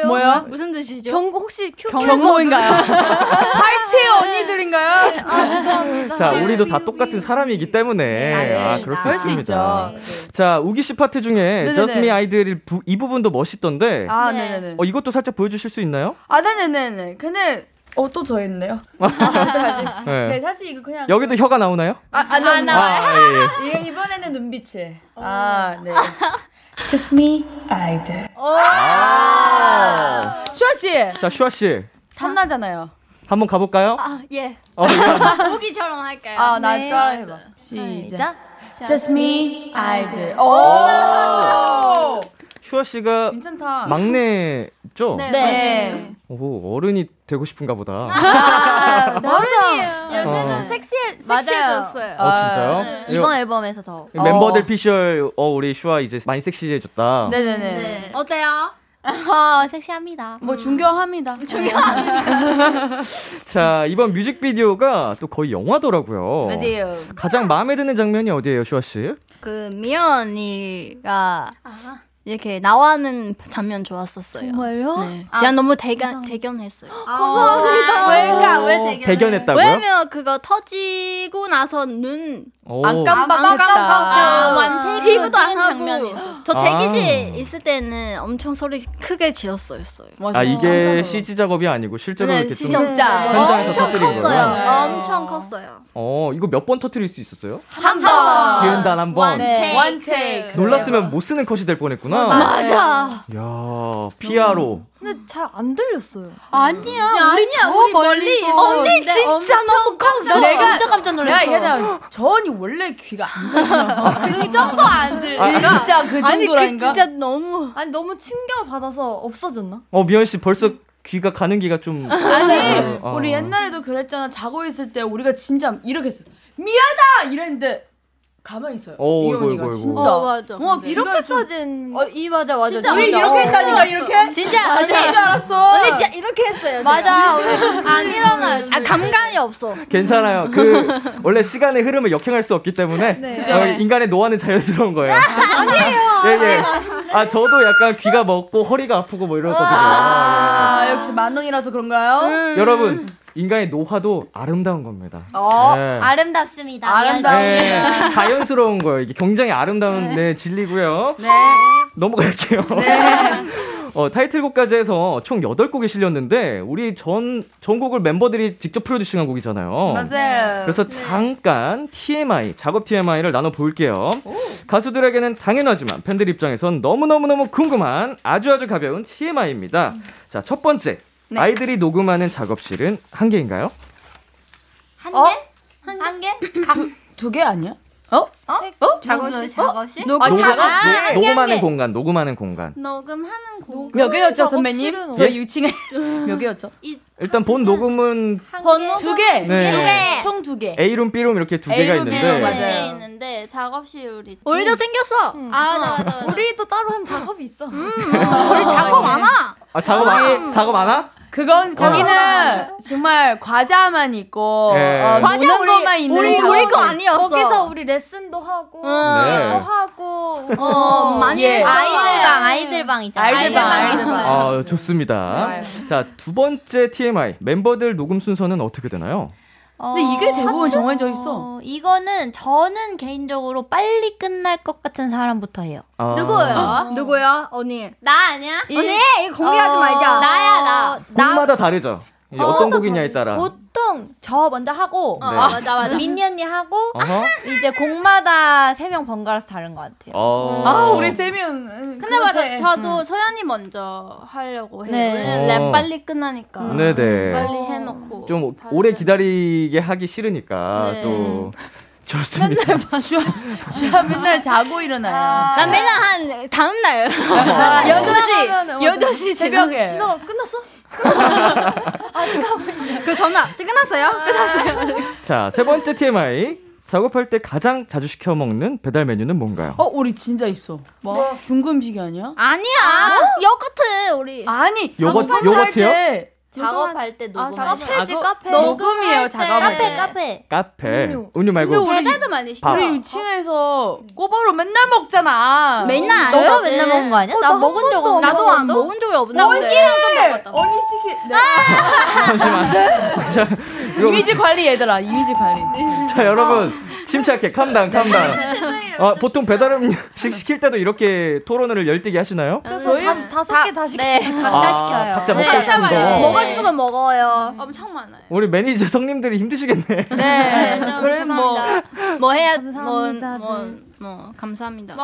B: 어.
E: 뭐야?
F: 무슨 뜻이죠?
D: 병 혹시 큐
E: 경모인가요? 팔찌의 언니들인가요?
D: 아 죄송합니다
B: 어. 자, 우리도 다 똑같은 사람이기 때문에.
G: 네,
B: 아,
G: 맞습니다.
B: 그럴 수
E: 그럴 수
B: 있습니다.
E: 있죠.
B: 자, 우기 씨 파트 중에
E: 네네네.
B: Just Me 아이들이 부, 이 부분도 멋있던데.
E: 아,
F: 네.
E: 네네네.
B: 어, 이것도 살짝 보여주실 수 있나요?
E: 아, 네네네네. 근데, 어, 또 저 있네요. 아,
B: 네.
E: 네. 네, 사실 이거 그냥.
B: 여기도 혀가 나오나요?
E: 아, 안 나와.
B: 아, 예, 예.
E: 이거 이번에는 눈빛이. 아, 네. Just me, 아이들.
B: 아.
E: 슈아씨,
B: 자, 슈아 씨.
E: 탐나잖아요.
B: 한번 가볼까요?
F: 아 예.
B: 어,
F: 후기처럼 할까요?
E: 아, 나
D: 네.
E: 따라해봐.
D: 시작
E: 네. Just me, 아이들. 오!
B: 슈아 씨가
E: 괜찮다.
B: 막내죠?
F: 네.
G: 네.
B: 오, 어른이 되고 싶은가 보다.
E: 아,
D: 맞아
F: 요새
B: 어.
F: 좀 섹시해
G: 네. 맞아요.
F: 섹시해졌어요.
B: 어, 진짜요? 이거
G: 이번 앨범에서 더.
B: 멤버들
E: 네. 어.
B: 피셜, 어, 우리 슈아 이제 많이 섹시해졌다.
E: 네네네.
G: 네.
F: 어때요?
G: 어, 섹시합니다.
E: 뭐, 존경합니다. 존경합니다.
B: 자, 이번 뮤직비디오가 또 거의 영화더라고요.
F: 맞아요.
B: 가장 마음에 드는 장면이 어디예요, 슈아 씨?
H: 그 미연이가
F: 아.
H: 이렇게 나와는 장면 좋았었어요.
D: 정말요?
H: 네.
F: 아,
H: 제가 너무 대견 대견했어요.
G: 어,
F: 감사합니다.
B: 네.
H: 왜가 왜 대견?
B: 어, 대견했다고요?
H: 왜냐면 그거 터지고 나서 눈
B: 오.
E: 안
F: 아,
E: 깜빡했다.
H: 아, 깜빡깜빡
F: 완전
H: 피부도 안
F: 깜빡한 장면이
H: 하고
F: 있었어요.
H: 저
B: 아.
H: 대기실 있을 때는 엄청 소리 크게 질렀어요.
E: 맞아.
B: 아, 이게
E: 깜짝이야.
B: CG 작업이 아니고 실제로
H: 네,
B: 이렇게 좀-
H: 진짜.
B: 현장에서
H: 엄청
B: 터뜨린
H: 컸어요.
B: 거구나.
H: 엄청 컸어요.
B: 어, 이거 몇 번 터트릴 수 있었어요?
H: 한 번.
B: 기은 단한 번.
H: 네.
E: One take.
B: 놀랐으면 못 쓰는 컷이 될 뻔했구나.
H: 맞아.
B: 야, 피아로.
D: 근데 잘 안 들렸어요
H: 아니야.
F: 아니야 우리 멀리 있어. 언니 진짜 너무 컸어.
E: 내가-
G: 진짜 깜짝
E: 내가
G: 놀랐어.
E: 얘기하자면 전이 원래 귀가 안 들려.
F: 그 정도 안 들려.
E: 진짜 그
H: 아니 그
E: 정도라니까.
H: 진짜 너무
D: 아니 너무 충격 받아서 없어졌나?
B: 어, 미연 씨 벌써 귀가 가는 귀가 좀
E: 아니
B: 어, 어.
E: 우리 옛날에도 그랬잖아. 자고 있을 때 우리가 진짜 이렇게 했어. 미안하다 이랬는데 가만히 있어요.
B: 어,
E: 이
B: 어이구, 어이구,
E: 언니가
B: 어이구.
E: 진짜.
H: 어, 맞아.
D: 와
E: 근데
D: 이렇게까진
E: 어, 이 맞아 맞아.
D: 진짜
E: 우리
D: 맞아.
E: 이렇게
D: 어.
E: 했다니까 이렇게.
H: 어, 진짜
E: 맞아.
H: 언니,
E: 줄 알았어.
H: 언니 진짜 이렇게 했어요. 제가.
G: 맞아. 우리
H: 안 일어나요. 아 감각이 없어.
B: 네. 괜찮아요. 그 원래 시간의 흐름을 역행할 수 없기 때문에 어, 인간의 노화는 자연스러운 거예요. 아니에요. 예, 예. 아 저도 약간 귀가 먹고 허리가 아프고 뭐 이러거든요. 네. 예.
E: 아 역시 만 원이라서 그런가요?
B: 음. 여러분 인간의 노화도 아름다운 겁니다.
E: 어.
B: 네.
G: 아름답습니다.
E: 아름다워.
B: 네, 자연스러운 거예요. 이게 굉장히 아름다운 네, 진리고요.
E: 네.
B: 넘어갈게요.
E: 네.
B: 어, 타이틀곡까지 해서 총 8곡이 실렸는데 우리 전 전곡을 멤버들이 직접 프로듀싱한 곡이잖아요.
E: 맞아요. 네.
B: 그래서 잠깐 TMI, 작업 TMI를 나눠 볼게요. 가수들에게는 당연하지만 팬들 입장에선 너무너무너무 궁금한 아주 아주 가벼운 TMI입니다. 자, 첫 번째.
E: 음. 네.
B: 아이들이 녹음하는 작업실은 한 개인가요?
G: 한
E: 어?
G: 개? 한 개?
E: 두 개 아니야? 어? 어?
G: 작업실, 작업실?
E: 녹
B: 녹음-
E: 작업실.
B: 녹- 녹음하는 공간, 녹음하는 공간.
H: 녹음하는 공.
E: 몇 개였죠
D: 작업실은
E: 선배님?
B: 예?
D: 어디-
E: 저희 6층에 몇 개였죠?
B: 일단 본 녹음은
G: 한
E: 번호 두 개.
B: 네. 두 개.
E: 총 두 개.
B: A룸, B룸 이렇게 두 개가
E: A룸,
B: 있는데
E: B룸, 맞아요.
H: 네, 있는데 작업실이
G: 우리도 생겼어.
H: 아 맞아 맞아. 맞아.
D: 우리 또 따로 한 작업이 있어.
H: 우리 작업 많아.
B: 아, 작업 안 작업 안 하? 어.
E: 그건 거기는 정말 과자만 있고
B: 네.
E: 어,
B: 과자
E: 노는 것만 있는
H: 우리
E: 작업.
H: 우리 거 아니었어.
D: 거기서 우리 레슨도 하고
G: 뭐
B: 네.
D: 또 하고
H: 어 많이
E: 예.
H: 했어.
G: 아이들방, 아이들방 있잖아.
E: 알들방
H: 알들방.
E: 알들방.
B: 아, 좋습니다. 자, 두 번째 TMI. 멤버들 녹음 순서는 어떻게 되나요?
E: 근데 이게 대부분 정해져 있어.
G: 어, 이거는 저는 개인적으로 빨리 끝날 것 같은 사람부터 해요.
B: 아,
H: 누구예요? 누구야? 언니.
G: 나 아니야?
H: 언니 이거 네. 공개하지 말자.
G: 나야 어, 나.
B: 곡마다 다르죠. 이게 어떤 곡이냐에 따라.
G: 보통 저 먼저 하고
H: 어,
B: 네.
G: 맞아 맞아 민니 언니 하고
B: 어허.
G: 이제 곡마다 세 명 번갈아서 다른 것 같아요.
B: 어.
E: 아 우리 세 명.
H: 근데 맞아. 저도 소연이 먼저 하려고 해요.
G: 네.
H: 왜냐면
B: 어. 음.
H: 랩 빨리 끝나니까.
B: 네네.
H: 빨리 해놓고.
B: 좀 오-
H: 다들-
B: 오래 기다리게 하기 싫으니까
H: 네.
B: 또 좋습니다.
E: 슈아 맨날 자고 일어나요.
H: 난 맨날 한 다음 날.
E: 여덟 시
G: 네,
D: 지나가면은
E: 여덟 시 새벽에.
D: 지나가 끝났어?
H: 그 전화 끝났어요? 끝났어요.
B: 자, 세 번째 TMI. 작업할 때 가장 자주 시켜 먹는 배달 메뉴는 뭔가요?
E: 어 우리 진짜 있어. 뭐? 중국 음식이 아니야?
H: 아니야. 요거트 우리.
E: 아니.
B: 요거트-
E: 작업할
B: 요거트요?
E: 때
G: 작업할 때 녹음.
H: 작업-
D: 카페지
E: 아, 작업-
D: 카페.
E: 녹음이에요 작업할
G: 카페
E: 때.
G: 카페.
B: 카페. 음료,
D: 음료.
B: 말고
E: 근데 우리
H: 배달도 많이 시켜.
B: 밥.
E: 우리 6층에서 꼬바로 맨날 먹잖아.
H: 맨날 안
G: 너가
H: 해요.
G: 맨날
H: 네.
G: 먹은 거 아니야? 나 먹은 적 없어.
H: 나도 안 먹은 적이
G: 아,
H: 없는데. 먹었다.
E: 네. 언니 시키. 네.
B: 아, 이거-
E: 이미지 아. 관리 얘들아 이미지 관리.
B: 네?
G: 네.
B: 자, 여러분. 침착해. 캄당,
E: 네.
B: 캄당. 아, 보통 배달 음식 시킬 때도 이렇게 토론을 열띠게 하시나요?
D: 그래서
E: 저희
D: 다섯- 다섯 개 다시
G: 네 각자
B: 아,
G: 시켜요.
B: 각자
G: 네.
B: 각자 시키죠.
G: 네.
H: 먹고
G: 먹을
H: 싶으면 먹어요. 엄청 많아요.
B: 우리 매니저 성님들이 힘드시겠네.
E: 네.
H: 좀
E: 그럼 뭐
H: 뭐 해야 뭐,
D: 감사합니다.
H: 뭐, 뭐 감사합니다.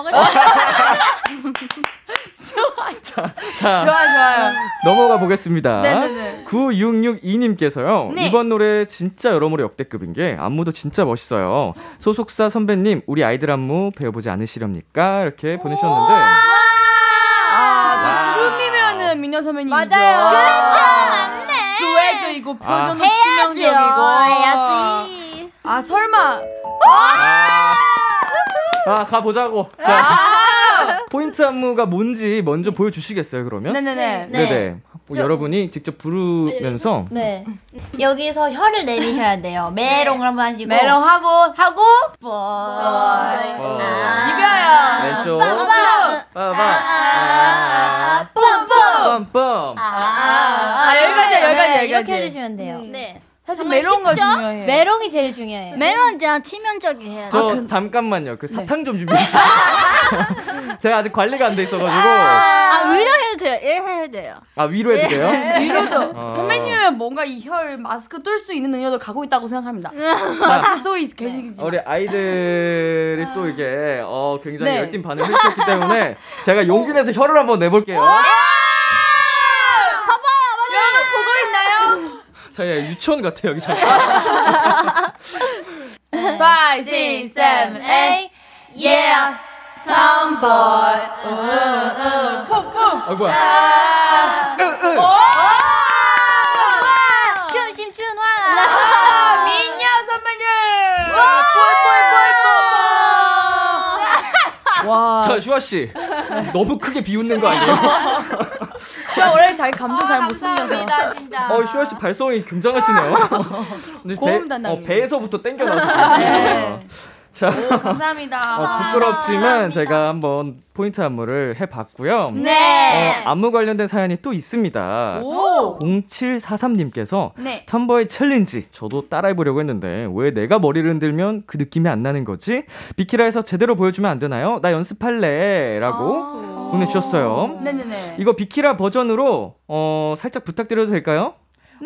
B: 자,
E: 좋아 좋아요.
B: 넘어가 보겠습니다.
E: 네네네.
B: 9662님께서요.
H: 네.
B: 이번 노래 진짜 여러모로 역대급인 게 안무도 진짜 멋있어요. 소속사 선배님, 우리 아이들 안무 배워보지 않으시렵니까? 이렇게 보내셨는데.
E: 아, 또 춤이면은 민현 선배님이죠. 맞아요.
G: 그렇죠. 맞네.
E: 스웨도 이고
B: 아.
E: 표정도
G: 해야지요.
E: 치명적이고.
G: 해야지.
E: 아 설마.
B: 아, 아, 가보자고. 자, 포인트 안무가 뭔지 먼저 보여주시겠어요, 그러면?
E: 네네네.
G: 네.
B: 네네. 뭐 여러분이 직접 부르면서
G: 네. 여기서 혀를 내미셔야 돼요. 메롱을 한번 하시고.
E: 메롱하고
G: 하고. 뭐.
E: 네.
G: 네.
B: 어,
E: 아. 비벼요.
B: 왼쪽
G: 아,
E: 아,
B: 빠바 뻔뻔
G: 아,
E: 여기까지야, 여기까지야,
G: 네, 네. 이렇게
E: 여기까지.
G: 해주시면 돼요.
H: 네.
E: 사실 메롱가 중요해.
G: 메롱이 제일 중요해요.
H: 매번 그냥 치명적이해야 돼.
B: 저
E: 아,
B: 잠깐만요.
E: 네.
B: 그 사탕 좀 준비해. 제가 아직 관리가 안 돼 있어가지고
H: 아, 위로해도 돼요. 일해도 돼요.
B: 아 위로 해도 돼요?
E: 네. 위로도
B: 아.
E: 선배님이면 뭔가 이 혀를 마스크 뚫 수 있는 능력을 갖고 있다고 생각합니다. 마스크 쓰고 있- 계시겠지만.
B: 우리 아이들이 또 이게 어 굉장히
E: 네. 어.
B: 열띤 반응을 해주셨기 때문에 제가 용기 내서 혀를 한번 내볼게요.
E: 여러분 보고 있나요?
B: 자, 야, 유치원 같아 여기 잠깐.
E: 5, 6, 7, 8
G: 예,
E: Yeah 아. Tomboy 우우우 푹푹
B: 아 뭐야?
G: 춤심 춘화.
E: 민야 선배님 뽀뽀뽀뽀뽀
B: 잠깐 슈아 씨 너무 크게 비웃는 거 아니에요?
E: 슈아 원래 자기 감정 잘 못 숨겨서.
H: 감사합니다 진짜.
B: 어 슈아 씨 발성이 굉장하시네요. 근데
E: 고음
B: 배-
E: 담당이에요.
B: 어, 배에서부터 땡겨나왔어요. 자
E: 감사합니다.
B: 어, 부끄럽지만 제가 한번 포인트 안무를 해봤고요.
H: 네.
B: 어, 안무 관련된 사연이 또 있습니다.
E: 오.
B: 0743님께서
I: 네.
B: 텀버의 챌린지 저도 따라해보려고 했는데 왜 내가 머리를 흔들면 그 느낌이 안 나는 거지? 비키라에서 제대로 보여주면 안 되나요? 나 연습할래
E: 아.
B: 라고 보내주셨어요.
E: 네네네.
B: 이거 비키라 버전으로 어, 살짝 부탁드려도 될까요?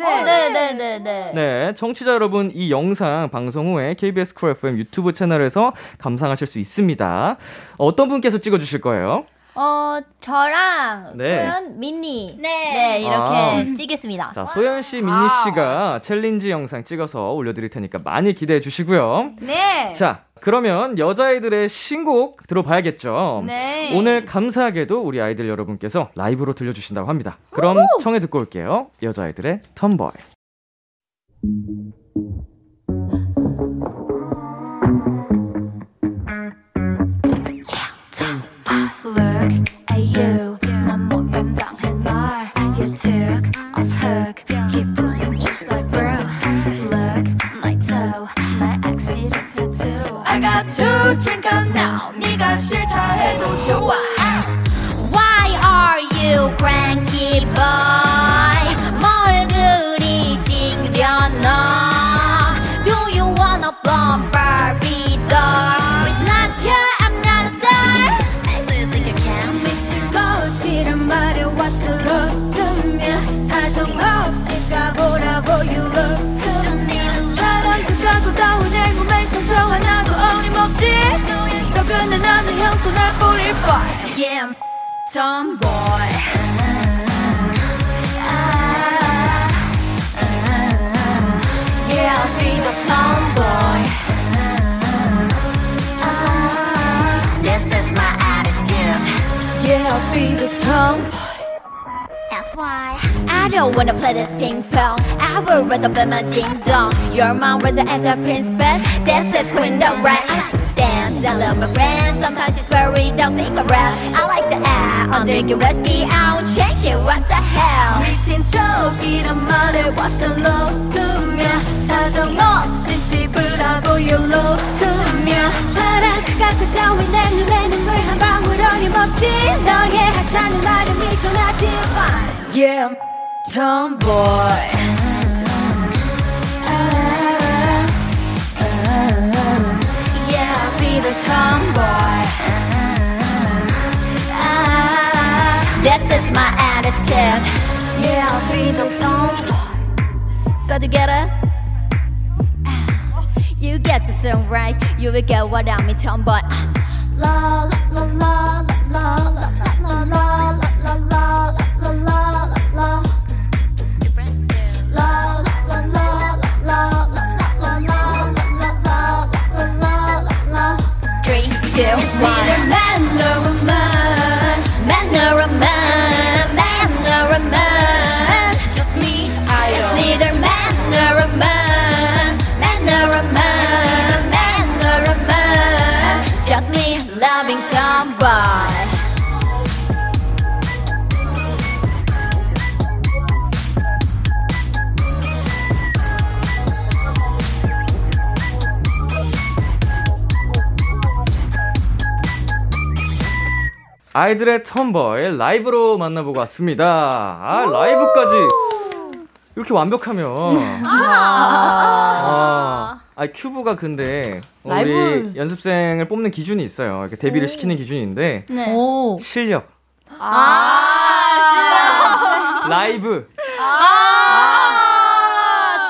G: 어,
E: 네.
J: 네네네네.
B: 네, 청취자 여러분 이 영상 방송 후에 KBS 쿨 FM 유튜브 채널에서 감상하실 수 있습니다. 어떤 분께서 찍어주실 거예요?
J: 어 저랑
B: 네.
J: 소연, 민니.
H: 네.
J: 이렇게
B: 아.
J: 찌겠습니다.
B: 자, 소연 씨, 민니 씨가 챌린지 영상 찍어서 올려드릴 테니까 많이 기대해 주시고요.
E: 네.
B: 자, 그러면 여자아이들의 신곡 들어봐야겠죠.
E: 네.
B: 오늘 감사하게도 우리 아이들 여러분께서 라이브로 들려주신다고 합니다. 그럼 청해 듣고 올게요. 여자아이들의 텀버이.
G: look at you 난못 감당해 널 You took off hook 기분은 just like brew Look my toe 내 accident tattoo I got you drink up now 네가 싫다 해도 좋아
H: Why are you cranky boy? 뭘 그리 징려너? Do you wanna bomb Barbie doll? It's not you, I'm not a doll. Do you think you can?
G: 미친 것이란 말에 What's the loss to me 사정 없이 까보라고 You lost to me 사람 듣자고 다운 내 몸에 상처 하나도 어림없지 썩은 나는 향수 날 뿌릴 뻔
H: Yeah, tomboy.
G: Yeah, I'll be the tomboy.
H: This is my attitude.
G: Yeah, I'll be the tomboy.
H: That's why I don't wanna play this ping pong. I would rather play my ding dong. Your mom was as a princess. This is Queendom, right? I like to dance. I love my friends. Sometimes it's very don't think around. I like to act. I'm drinking whiskey. I'll change it. What the hell?
G: 미친 척이란 말에 What's the loss to me? 사정없이 씹으라고 You lost to me. 사랑 그가그 따위 내 눈에 눈물 한 방울 어림없지. 너의 하찮은 말에 미소나지. Yeah, I'm tomboy. Yeah, I'll be the tomboy.
H: Ah, This is my attitude.
G: Yeah, I'll be the tomboy.
H: So together, Ah, you get the song right. You will get what I mean, tomboy. Ah. La la la la la la la la la la la la la. Three, two, one. Man or a man, man or a man, man or a man. Just me, I It's neither man nor a man, man or a man, man or a man. Just me, loving somebody.
B: 아이들의 텀버이 라이브로 만나보고 왔습니다. 아, 라이브까지 이렇게 완벽하면. 아, 아, 큐브가 근데 우리
E: 라이브.
B: 연습생을 뽑는 기준이 있어요. 이렇게 데뷔를 시키는 기준인데
J: 오.
B: 실력,
E: 아,
B: 라이브,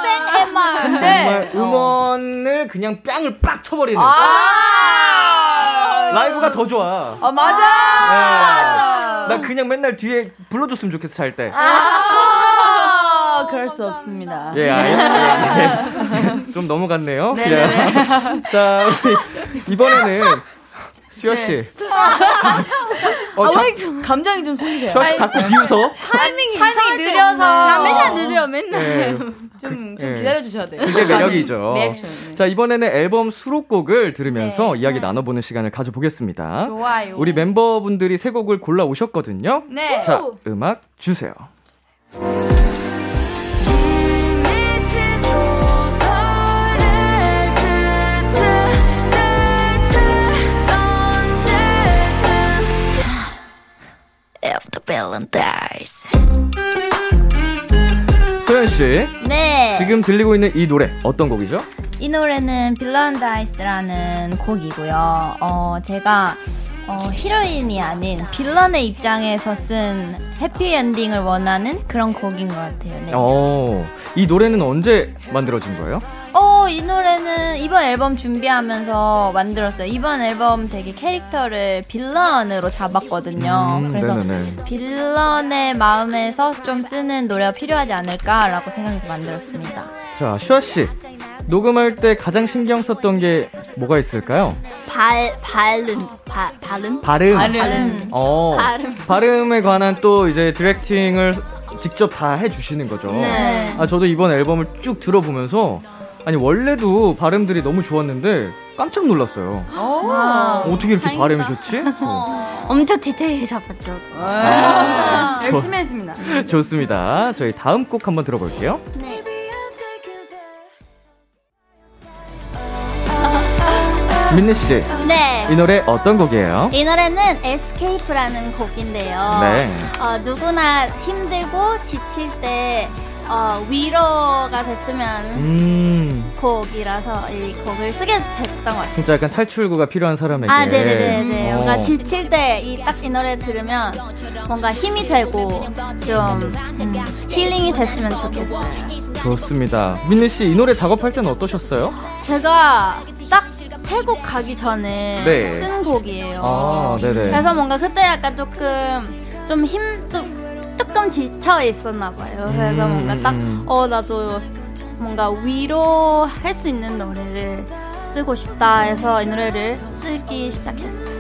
H: Sing MR.
E: 근데 어.
B: 정말 음원을 그냥 뺨을 빡 쳐버리는
E: 아.
B: 라이브가 더 좋아.
E: 아 맞아.
B: 네. 나 그냥 맨날 뒤에 불러줬으면 좋겠어 잘 때.
E: 아, 그럴 수 없습니다.
B: 예, 아, 예, 예, 예. 좀 넘어갔네요. 그냥. 자, 우리 이번에는 수아 씨.
E: 네.
B: 어,
E: 아,
B: 자,
E: 감정이 좀 생기세요.
B: 수아 씨 자꾸 비웃어.
E: 타이밍이 느려서. 나
I: 맨날 느려 맨날
B: 네.
E: 좀, 좀
B: 예.
E: 기다려 주셔야 돼요.
B: 그게 매력이죠.
E: 리액션. 네.
B: 자, 이번에는 앨범 수록곡을 들으면서
E: 네.
B: 이야기 나눠보는 시간을 가져보겠습니다.
E: 좋아요.
B: 우리 멤버분들이 세 곡을 골라 오셨거든요.
E: 네.
B: 자,
E: 오!
B: 음악 주세요.
K: 미친 소설의 끝에 대체 언제쯤
F: If the villain dies.
B: 소연 씨,
G: 네.
B: 지금 들리고 있는 이 노래 어떤 곡이죠?
G: 이 노래는 빌런다이스라는 곡이고요. 어, 제가 어, 히로인이 아닌 빌런의 입장에서 쓴 해피엔딩을 원하는 그런 곡인 것 같아요. 네.
B: 어, 이 노래는 언제 만들어진 거예요?
G: 어, 이 노래는 이번 앨범 준비하면서 만들었어요. 이번 앨범 되게 캐릭터를 빌런으로 잡았거든요.
B: 음,
G: 어, 그래서
B: 네네네.
G: 빌런의 마음에서 좀 쓰는 노래가 필요하지 않을까라고 생각해서 만들었습니다.
B: 자, 슈아 씨, 녹음할 때 가장 신경 썼던 게 뭐가 있을까요?
H: 발 발음 바, 발음
B: 발음.
E: 발음.
B: 어,
H: 발음.
B: 발음에 관한 또 이제 디렉팅을 직접 다 해주시는 거죠.
H: 네.
B: 아, 저도 이번 앨범을 쭉 들어보면서 아니 원래도 발음들이 너무 좋았는데 깜짝 놀랐어요.
E: 아,
B: 어떻게 이렇게
H: 다행이다.
B: 발음이 좋지? 어.
H: 엄청 디테일히 잡았죠.
E: 아, 열심히 했습니다.
B: 네. 좋습니다. 저희 다음 곡 한번 들어볼게요.
H: 네.
K: Maybe I'll take you there
B: 민네 씨,
H: 네.
B: 이 노래 어떤 곡이에요?
H: 이 노래는 에스케이프라는 곡인데요.
B: 네.
H: 어, 누구나 힘들고 지칠 때 어, 위로가 됐으면
B: 음,
H: 곡이라서 이 곡을 쓰게 됐던 것 같아요.
B: 진짜 약간 탈출구가 필요한 사람에게.
H: 아, 네네네네.
B: 어.
H: 뭔가 지칠 때 이 딱 이 노래 들으면 뭔가 힘이 되고 좀 음, 힐링이 됐으면 좋겠어요.
B: 좋습니다. 민네 씨, 이 노래 작업할 때는 어떠셨어요?
H: 제가 딱 태국 가기 전에
B: 네.
H: 쓴 곡이에요.
B: 아, 네네.
H: 그래서 뭔가 그때 약간 조금 좀 힘 좀 조금 지쳐 있었나 봐요. 그래서
B: 음,
H: 뭔가
B: 음,
H: 딱
B: 음.
H: 어 나도 뭔가 위로할 수 있는 노래를 쓰고 싶다 해서 이 노래를 쓰기 시작했어요.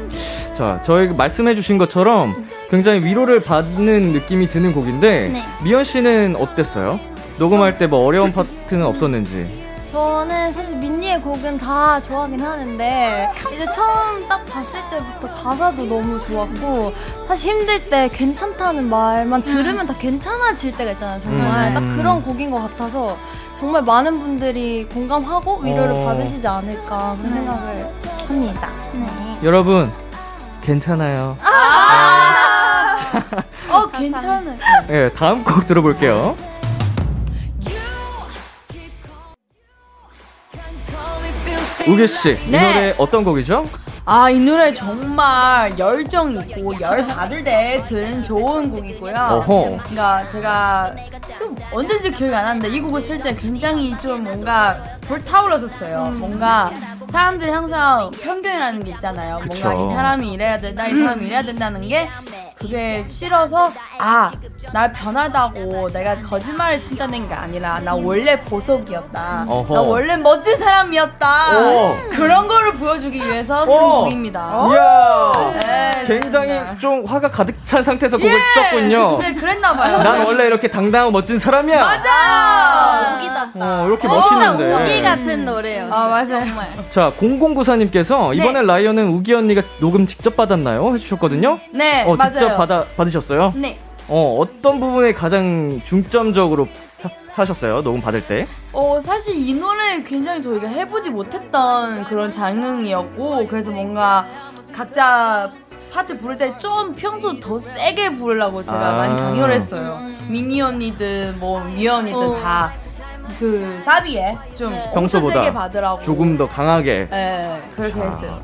B: 자, 저희 말씀해주신 것처럼 굉장히 위로를 받는 느낌이 드는 곡인데
H: 네.
B: 미연 씨는 어땠어요? 녹음할 때 뭐 어려운 파트는 없었는지.
D: 저는 사실 민니의 곡은 다 좋아하긴 하는데
B: 네.
D: 이제 처음 딱 봤을 때부터 가사도 너무 좋았고 사실 힘들 때 괜찮다는
E: 음.
D: 말만 들으면 다 괜찮아질 때가 있잖아요 정말
B: 음.
D: 딱 그런 곡인 것 같아서 정말 많은 분들이 공감하고 위로를
B: 어.
D: 받으시지 않을까
E: 음.
D: 그런 생각을 합니다
E: 아,
B: 여러분 괜찮아요. 아.
E: 어, 괜찮아요.
B: 예, 다음 곡 들어볼게요. 우규 씨, 이
E: 네.
B: 노래 어떤 곡이죠?
E: 아, 이 노래 정말 열정 있고 열 받을 때 들은 좋은 곡이고요.
B: 어허.
E: 그러니까 제가 좀 언제인지 기억이 안 나는데 이 곡을 쓸 때 굉장히 좀 뭔가 불타올랐었어요. 뭔가 사람들이 항상 편견이라는 게 있잖아요.
B: 그쵸.
E: 뭔가 이 사람이 이래야 된다, 이 사람이 이래야 된다는 게 그게 싫어서 아, 나 변하다고 내가 거짓말을 친다는 게 아니라 나 원래 보석이었다.
B: 어허.
E: 나 원래 멋진 사람이었다.
B: 오.
E: 그런 거를 보여주기 위해서 쓴
B: 오. 예.
E: 곡입니다.
B: 이야,
E: 네, 좋습니다.
B: 굉장히 좀 화가 가득 찬 상태에서 곡을 썼군요.
E: 네, 그랬나 봐요.
B: 난 원래 이렇게 당당하고 멋진 사람이야.
E: 맞아.
H: 오기다.
B: 어, 이렇게
H: 진짜
B: 멋있는데.
H: 오기 같은 노래예요.
E: 아, 맞아요.
B: 자, 0094님께서
E: 네.
B: 이번에 라이언은 우기 언니가 녹음 직접 받았나요? 해주셨거든요.
E: 네,
B: 어,
E: 맞아요.
B: 직접 받아 받으셨어요?
E: 네.
B: 어, 어떤 부분에 가장 중점적으로 하- 하셨어요? 녹음 받을 때?
E: 어, 사실 이 노래 굉장히 저희가 해보지 못했던 그런 장르이었고, 그래서 뭔가 각자 파트 부를 때 좀 평소 더 세게 부르려고 제가
B: 아.
E: 많이 강요를 했어요. 미니 언니든 뭐 미연 언니든 다. 그 사비에 좀 엄청
B: 평소보다
E: 세게 받으라고
B: 조금 더 강하게.
E: 예 그렇게 했어요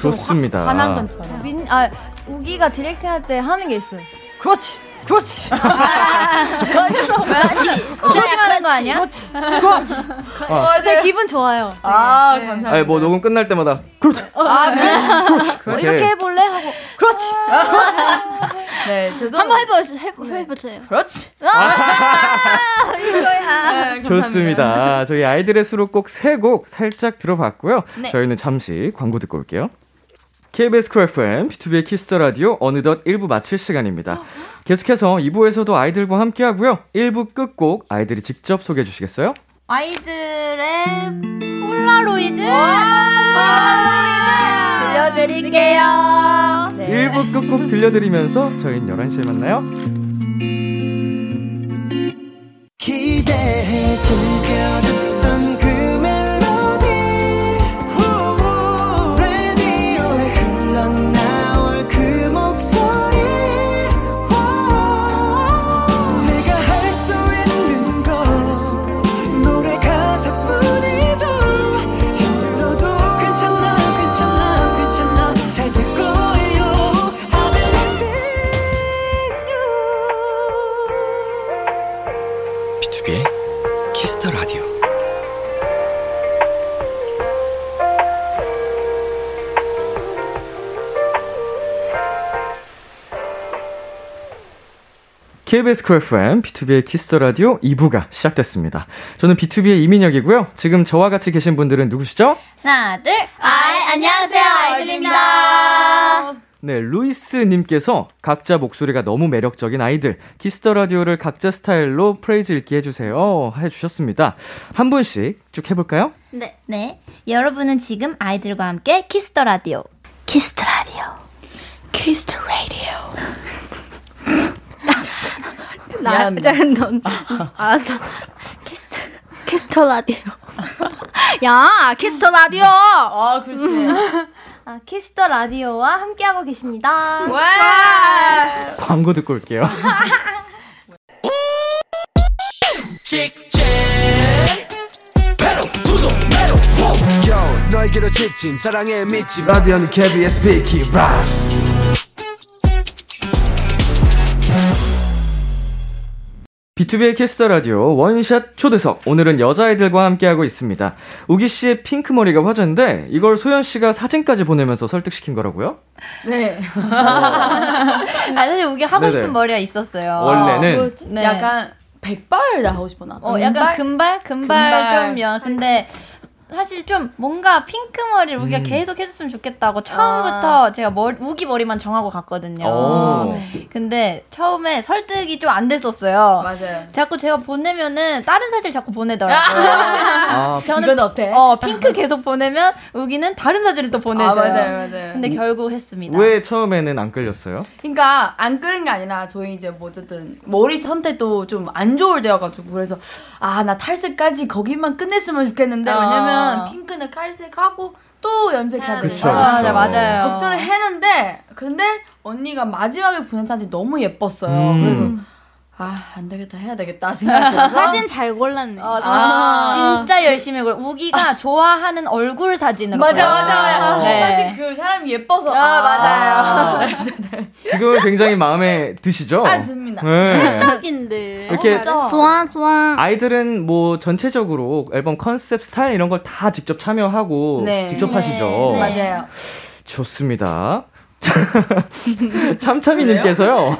B: 좋습니다.
E: 화난 건처럼
D: 민, 아 우기가 디렉팅 할 때 하는 게 있어요 그렇지 그렇지
H: 어,
G: 슈아 하는 거 아니야?
D: 그렇지 그렇지
E: 네.
D: 그때 기분 좋아요
E: 아
D: 네.
E: 감사합니다
B: 아니 뭐 녹음 끝날 때마다 그렇죠.
E: 아 그래
B: 그렇게.
D: 이렇게 해볼래 하고 그렇지
E: 네 저도
H: 한번 해보 해보 해보세요.
E: 그렇지 이거야
B: 예, 좋습니다. 저희
E: 네.
B: 아이들의 수록곡 세 곡 살짝 들어봤고요. 저희는 잠시 광고 듣고 올게요. KBS 쿨 FM, B2B의 키스터 라디오, 어느덧 1부 마칠 시간입니다. 계속해서 2부에서도 아이들과 함께 하고요. 1부 끝곡 아이들이 직접 소개해 주시겠어요?
G: 아이들의 폴라로이드 폴라로이드 들려드릴게요.
B: 1부 끝곡 들려드리면서 저희는 11시에 만나요.
C: 기대해 즐겨 듣던 그 멜로디 후, 라디오에 흘러나올 그 목소리 와, 내가 할 수 있는 건 노래 가사뿐이죠 힘들어도 괜찮아 괜찮아 괜찮아 잘 될 거예요 I believe in you
A: B2B의 키스터 라디오.
B: KBS 쿨 FM, B2B의 키스터 라디오 2부가 시작됐습니다. 저는 B2B의 이민혁이고요. 지금 저와 같이 계신 분들은 누구시죠?
G: 하나 둘.
F: 아이, 안녕하세요. 아이들입니다.
B: 네, 루이스님께서 각자 목소리가 너무 매력적인 아이들, 키스터 라디오를 각자 스타일로 프레이즈 읽기 해주세요. 해주셨습니다. 한 분씩 쭉 해볼까요?
H: 네.
G: 네, 여러분은 지금 아이들과 함께 키스터 라디오. 키스터 라디오.
H: 나, 짠, 넌. 알았어. 키스터, 키스터 라디오. 야, 키스터 라디오!
E: 아 그렇지.
D: 아, 키스터 라디오와 함께하고 계십니다.
E: 와.
B: 광고 듣고 올게요.
C: 직진 배로 구독 매로 호 Yo 너에게로 직진 사랑에 미친 라디오는 KBS 비키라
B: B2B의 키스터 라디오 원샷 초대석. 오늘은 여자아이들과 함께하고 있습니다. 우기 씨의 핑크 머리가 화제인데, 이걸 소연 씨가 사진까지 보내면서 설득시킨 거라고요?
E: 네.
G: 아 사실 우리 하고 싶은
B: 네네.
G: 머리가 있었어요.
B: 원래는.
G: 네.
E: 약간 백발 나 하고 싶었나?
G: 어 약간 금발 금발,
E: 금발.
G: 좀요. 근데 사실 좀 뭔가 핑크 머리를 우기가
B: 음.
G: 계속 해줬으면 좋겠다고 처음부터 제가 머리, 우기 머리만 정하고 갔거든요.
B: 오.
G: 근데 처음에 설득이 좀 안 됐었어요.
E: 맞아요.
G: 자꾸 제가 보내면은 다른 사진 자꾸 보내더라고요.
B: 아,
G: 저는
E: 이건 어때?
G: 어 핑크 계속 보내면 우기는 다른 사진을 또 보내줘요.
E: 아 맞아요 맞아요.
G: 근데 결국 했습니다.
B: 왜 처음에는 안 끌렸어요?
E: 그러니까 안 끄는 게 아니라 저희 이제 뭐 어쨌든 머리 선택도 좀 안 좋을 때여가지고 그래서 아 나 탈색까지 거기만 끝냈으면 좋겠는데
G: 아.
E: 왜냐면 핑크는 탈색하고 또 염색해야 네,
H: 그쵸,
E: 되니까
G: 아,
B: 그쵸.
G: 맞아 맞아요.
E: 걱정을 했는데 근데 언니가 마지막에 보낸 사진 너무 예뻤어요.
B: 음.
E: 그래서 아 안 되겠다 해야 되겠다 생각해서
H: 사진 잘 골랐네.
E: 아.
G: 진짜 열심히 골. 우기가 좋아하는 얼굴 사진으로.
E: 맞아
G: 골랐어요.
E: 맞아 맞아
G: 네.
E: 사실 그 사람이 예뻐서 아,
G: 맞아요.
B: 지금은 굉장히 마음에 드시죠?
E: 아, 듭니다.
B: 네.
H: 인데
B: 이렇게
H: 좋아, 좋아.
B: 아이들은 뭐 전체적으로 앨범 컨셉 스타일 이런 걸 다 직접 참여하고
E: 네.
B: 직접
G: 네,
B: 하시죠.
G: 네.
E: 맞아요
B: 좋습니다. 참참이님께서요.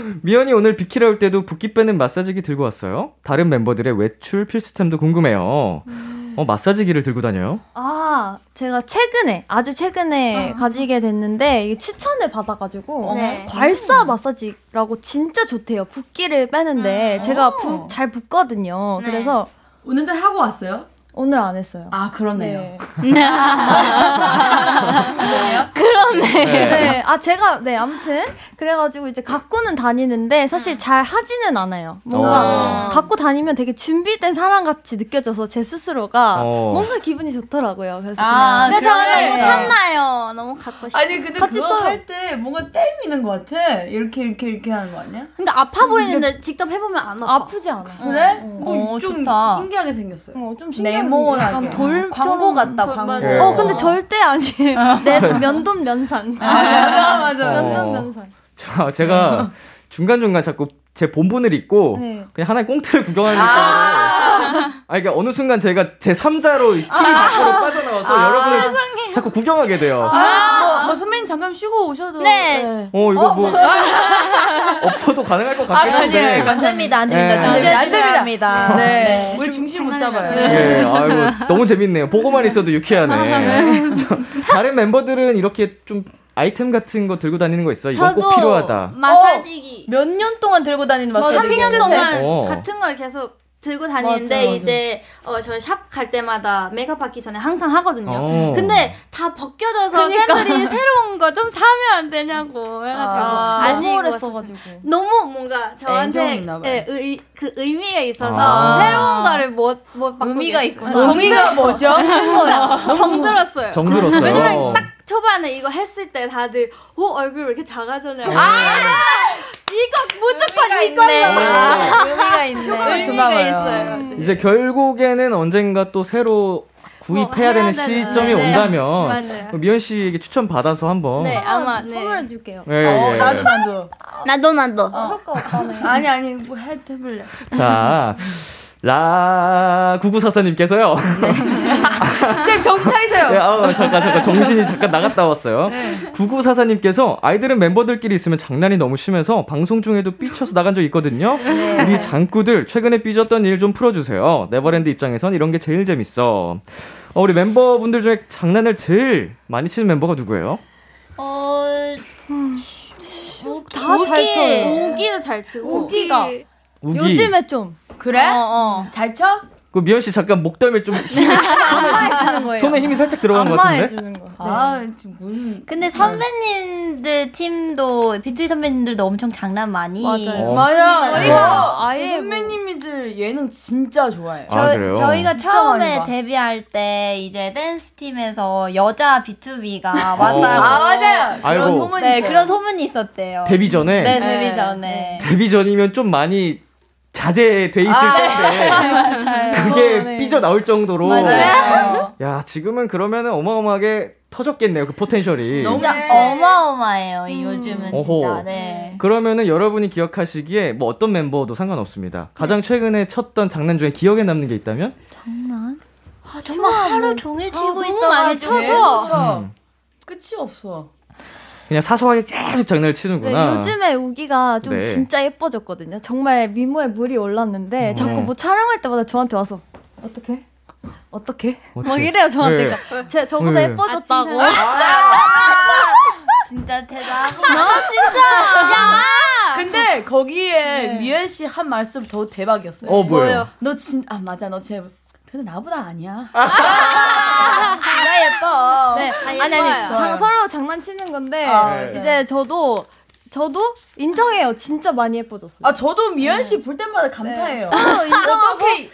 B: 미연이 오늘 비키라 올 때도 붓기 빼는 마사지기 들고 왔어요. 다른 멤버들의 외출 필수템도 궁금해요. 어 마사지기를 들고 다녀요?
D: 아, 제가 최근에, 아주
E: 어.
D: 최근에 가지게 됐는데, 이게 추천을 받아가지고,
H: 네.
D: 괄사 마사지라고 진짜 좋대요. 붓기를 빼는데,
E: 음.
D: 제가 붓, 잘 붓거든요.
H: 네.
D: 그래서
E: 오늘도 하고 왔어요?
D: 오늘 안 했어요.
E: 아 그러네요
D: 네.
B: 네.
D: 네, 아, 제가, 네, 아무튼. 그래가지고 이제 갖고는 다니는데, 사실 잘 하지는 않아요. 뭔가,
B: 음. 어.
D: 갖고 다니면 되게 준비된 사람같이 느껴져서 제 스스로가
B: 어.
D: 뭔가 기분이 좋더라고요. 그래서.
E: 아,
D: 그냥
H: 근데 저는
E: 그러네.
H: 이거 탐나요. 너무 갖고 싶어.
E: 아니 근데
D: 같이
E: 그거
D: 써요.
E: 할 때 뭔가 땜 있는 것 같아 이렇게 이렇게 이렇게 하는 거 아니야?
H: 근데 아파 보이는데 직접 해보면 안 아파.
D: 아프지 않아요.
E: 그래?
G: 어,
E: 좀
G: 좋다.
E: 신기하게 생겼어요
D: 어, 좀 신기하게
E: 네모나게
D: 생겼어요.
G: 돌 광고 같다 광고.
B: 맞아요.
D: 어, 근데 절대 아니에요. 내 면돈 면산.
E: 맞아 맞아
D: 면돈
B: 어.
D: 면산.
B: 자, 제가 중간중간 자꾸 제 본분을 잊고
D: 네.
B: 그냥 하나의 꽁트를 구경하는 아~ 아니 그러니까 어느 순간 제가 제 3자로 이 TV 밖으로 빠져나와서 여러분을 자꾸
H: 아.
B: 구경하게 돼요.
G: 네.
E: 아, 뭐, 뭐 선배님 잠깐 쉬고 오셔도
H: 네.
B: 어 이거 뭐 없어도 가능할 것
E: 아,
B: 같긴
E: 아니,
B: 한데.
E: 아니,
G: 안 됩니다, 안 됩니다.
B: 네.
G: 중재해
E: 안
G: 주셔야
E: 됩니다.
G: 합니다.
E: 네. 우리 중심 못 잡아요.
H: 네.
B: 예, 아이고 너무 재밌네요. 보고만 있어도
H: 아,
B: 유쾌하네. 다른 멤버들은 이렇게 좀 아이템 같은 거 들고 다니는 거 있어? 이건 꼭 필요하다.
H: 마사지기.
G: 몇 년 동안 들고 다니는 마사지.
H: 뭐 3년 동안
B: 어.
H: 음, 같은 걸 계속 들고
D: 뭐?
H: 다니는데
E: 맞아, 맞아.
H: 이제 어, 저희 샵 갈 때마다 메이크업 하기 전에 항상 하거든요.
B: 어.
H: 근데 다 벗겨져서 팬들이 새로운 거 좀 사면 안 되냐고 해가지고
E: 아,
G: 네.
H: 아직
E: 너무
H: 이거
E: 오래써가지고.
H: 너무 뭔가
E: 애정이
H: 저한테
E: 있나 봐요.
H: 예, 의, 그 의미가 있어서
B: 아.
H: 새로운 거를 못못
G: 의미가 있구나.
E: 아, 정의가 뭐죠?
H: 정들었어요.
B: 정들었어요.
H: 왜냐면 딱 초반에 이거 했을 때 다들 어 얼굴 왜 이렇게
B: 어.
H: 작아졌냐고 이거 무조건 이걸로
G: 의미가 있네.
H: 의미가 있어요.
B: 이제 결국에는 언젠가 또 새로 구입해야
H: 뭐 해야
B: 되는
H: 되는,
B: 시점이
H: 네.
B: 온다면
H: 맞아요.
B: 미연 씨에게 추천 받아서 한번.
H: 네 어, 아마 네.
D: 선물해 줄게요.
B: 예, 예.
E: 어, 나도 나도.
F: 나도
G: 어.
F: 나도
D: 효과 없다면.
E: 아니 아니 뭐 해도 해볼래.
B: 자. 라 9944님께서요.
D: 네.
H: 쌤 정신 차리세요.
B: 네, 아, 잠깐 잠깐 정신이 잠깐 나갔다 왔어요.
D: 네.
B: 9944님께서 아이들은 멤버들끼리 있으면 장난이 너무 심해서 방송 중에도 삐쳐서 나간 적 있거든요.
D: 네.
B: 우리 장꾸들 최근에 삐졌던 일 좀 풀어주세요. 네버랜드 입장에선 이런 게 제일 재밌어. 어, 우리 멤버분들 중에 장난을 제일 많이 치는 멤버가 누구예요?
G: 어,
D: 다잘 쳐요.
H: 오기도 잘 치고.
D: 오기가
B: 우기.
D: 요즘에 좀
E: 그래?
H: 어, 어.
E: 잘 쳐?
G: 네.
B: 그 미연 씨 잠깐 목덜미 좀 힘이-
D: 안마해주는 거예요.
B: 손에 힘이 살짝 들어간 것
D: 안마해
B: 같은데.
D: 주는 거.
E: 아 지금 무슨
G: 근데 선배님들 팀도 비투비 선배님들도 엄청 장난 많이.
B: 어.
E: 맞아.
H: 어,
D: 저희가 아예
E: 선배님들 예능 진짜 좋아해요.
B: 아, 그래요?
G: 저희가
E: 진짜 많이
G: 처음에
E: 봐.
G: 데뷔할 때 이제 댄스 팀에서 여자 비투비가
B: 어.
G: 왔다고.
E: 아 맞아요.
B: 아이고.
E: 그런 소문이
G: 네,
E: 있어요.
G: 그런 소문이 있었대요.
B: 데뷔 전에
G: 네, 데뷔
E: 네.
G: 전에.
B: 데뷔 전이면 좀 많이 자제돼 있을 텐데 그게
D: 그거는.
B: 삐져 나올 정도로
G: 네.
E: 맞아요.
B: 야 지금은 그러면은 어마어마하게 터졌겠네요 그 포텐셜이
E: 너무-
G: 진짜
E: 네.
G: 어마어마해요. 이
D: 음.
G: 요즘은
B: 어허.
G: 진짜. 네.
B: 그러면은 여러분이 기억하시기에 뭐 어떤 멤버도 상관없습니다 가장 최근에 쳤던 장난 중에 기억에 남는 게 있다면
G: 아, 정말 하루 종일 치고 있어
H: 많이 쳐서.
E: 그렇죠.
B: 음.
E: 끝이 없어.
B: 그냥 사소하게 계속 장난을
D: 네,
B: 치는구나
D: 요즘에 우기가 좀
B: 네.
D: 진짜 예뻐졌거든요. 정말 미모에 물이 올랐는데
B: 음.
D: 자꾸 뭐 촬영할 때마다 저한테 와서 어떻게? 어떻게? 막
B: 어떡해?
D: 이래요 저한테.
B: 네.
D: 그러니까 쟤 저보다
B: 네.
D: 예뻐졌다고.
G: 아, 진짜
D: 아,
G: 대단하구나. 진짜.
E: 근데 거기에 미연 씨 한 말씀 더 대박이었어요.
B: 어 뭐예요
E: 너 진, 아, 맞아. 너 쟤, 근데 나보다 아니야.
G: 진짜 예뻐.
D: 네. 아니 아니
H: 예뻐요.
D: 장, 서로 장난치는 건데
E: 아,
B: 네.
D: 이제 저도 저도 인정해요. 진짜 많이 예뻐졌어요.
E: 아, 저도 미연 씨 볼 때마다 감탄해요.
D: 서로 인정하고
E: 어떻게,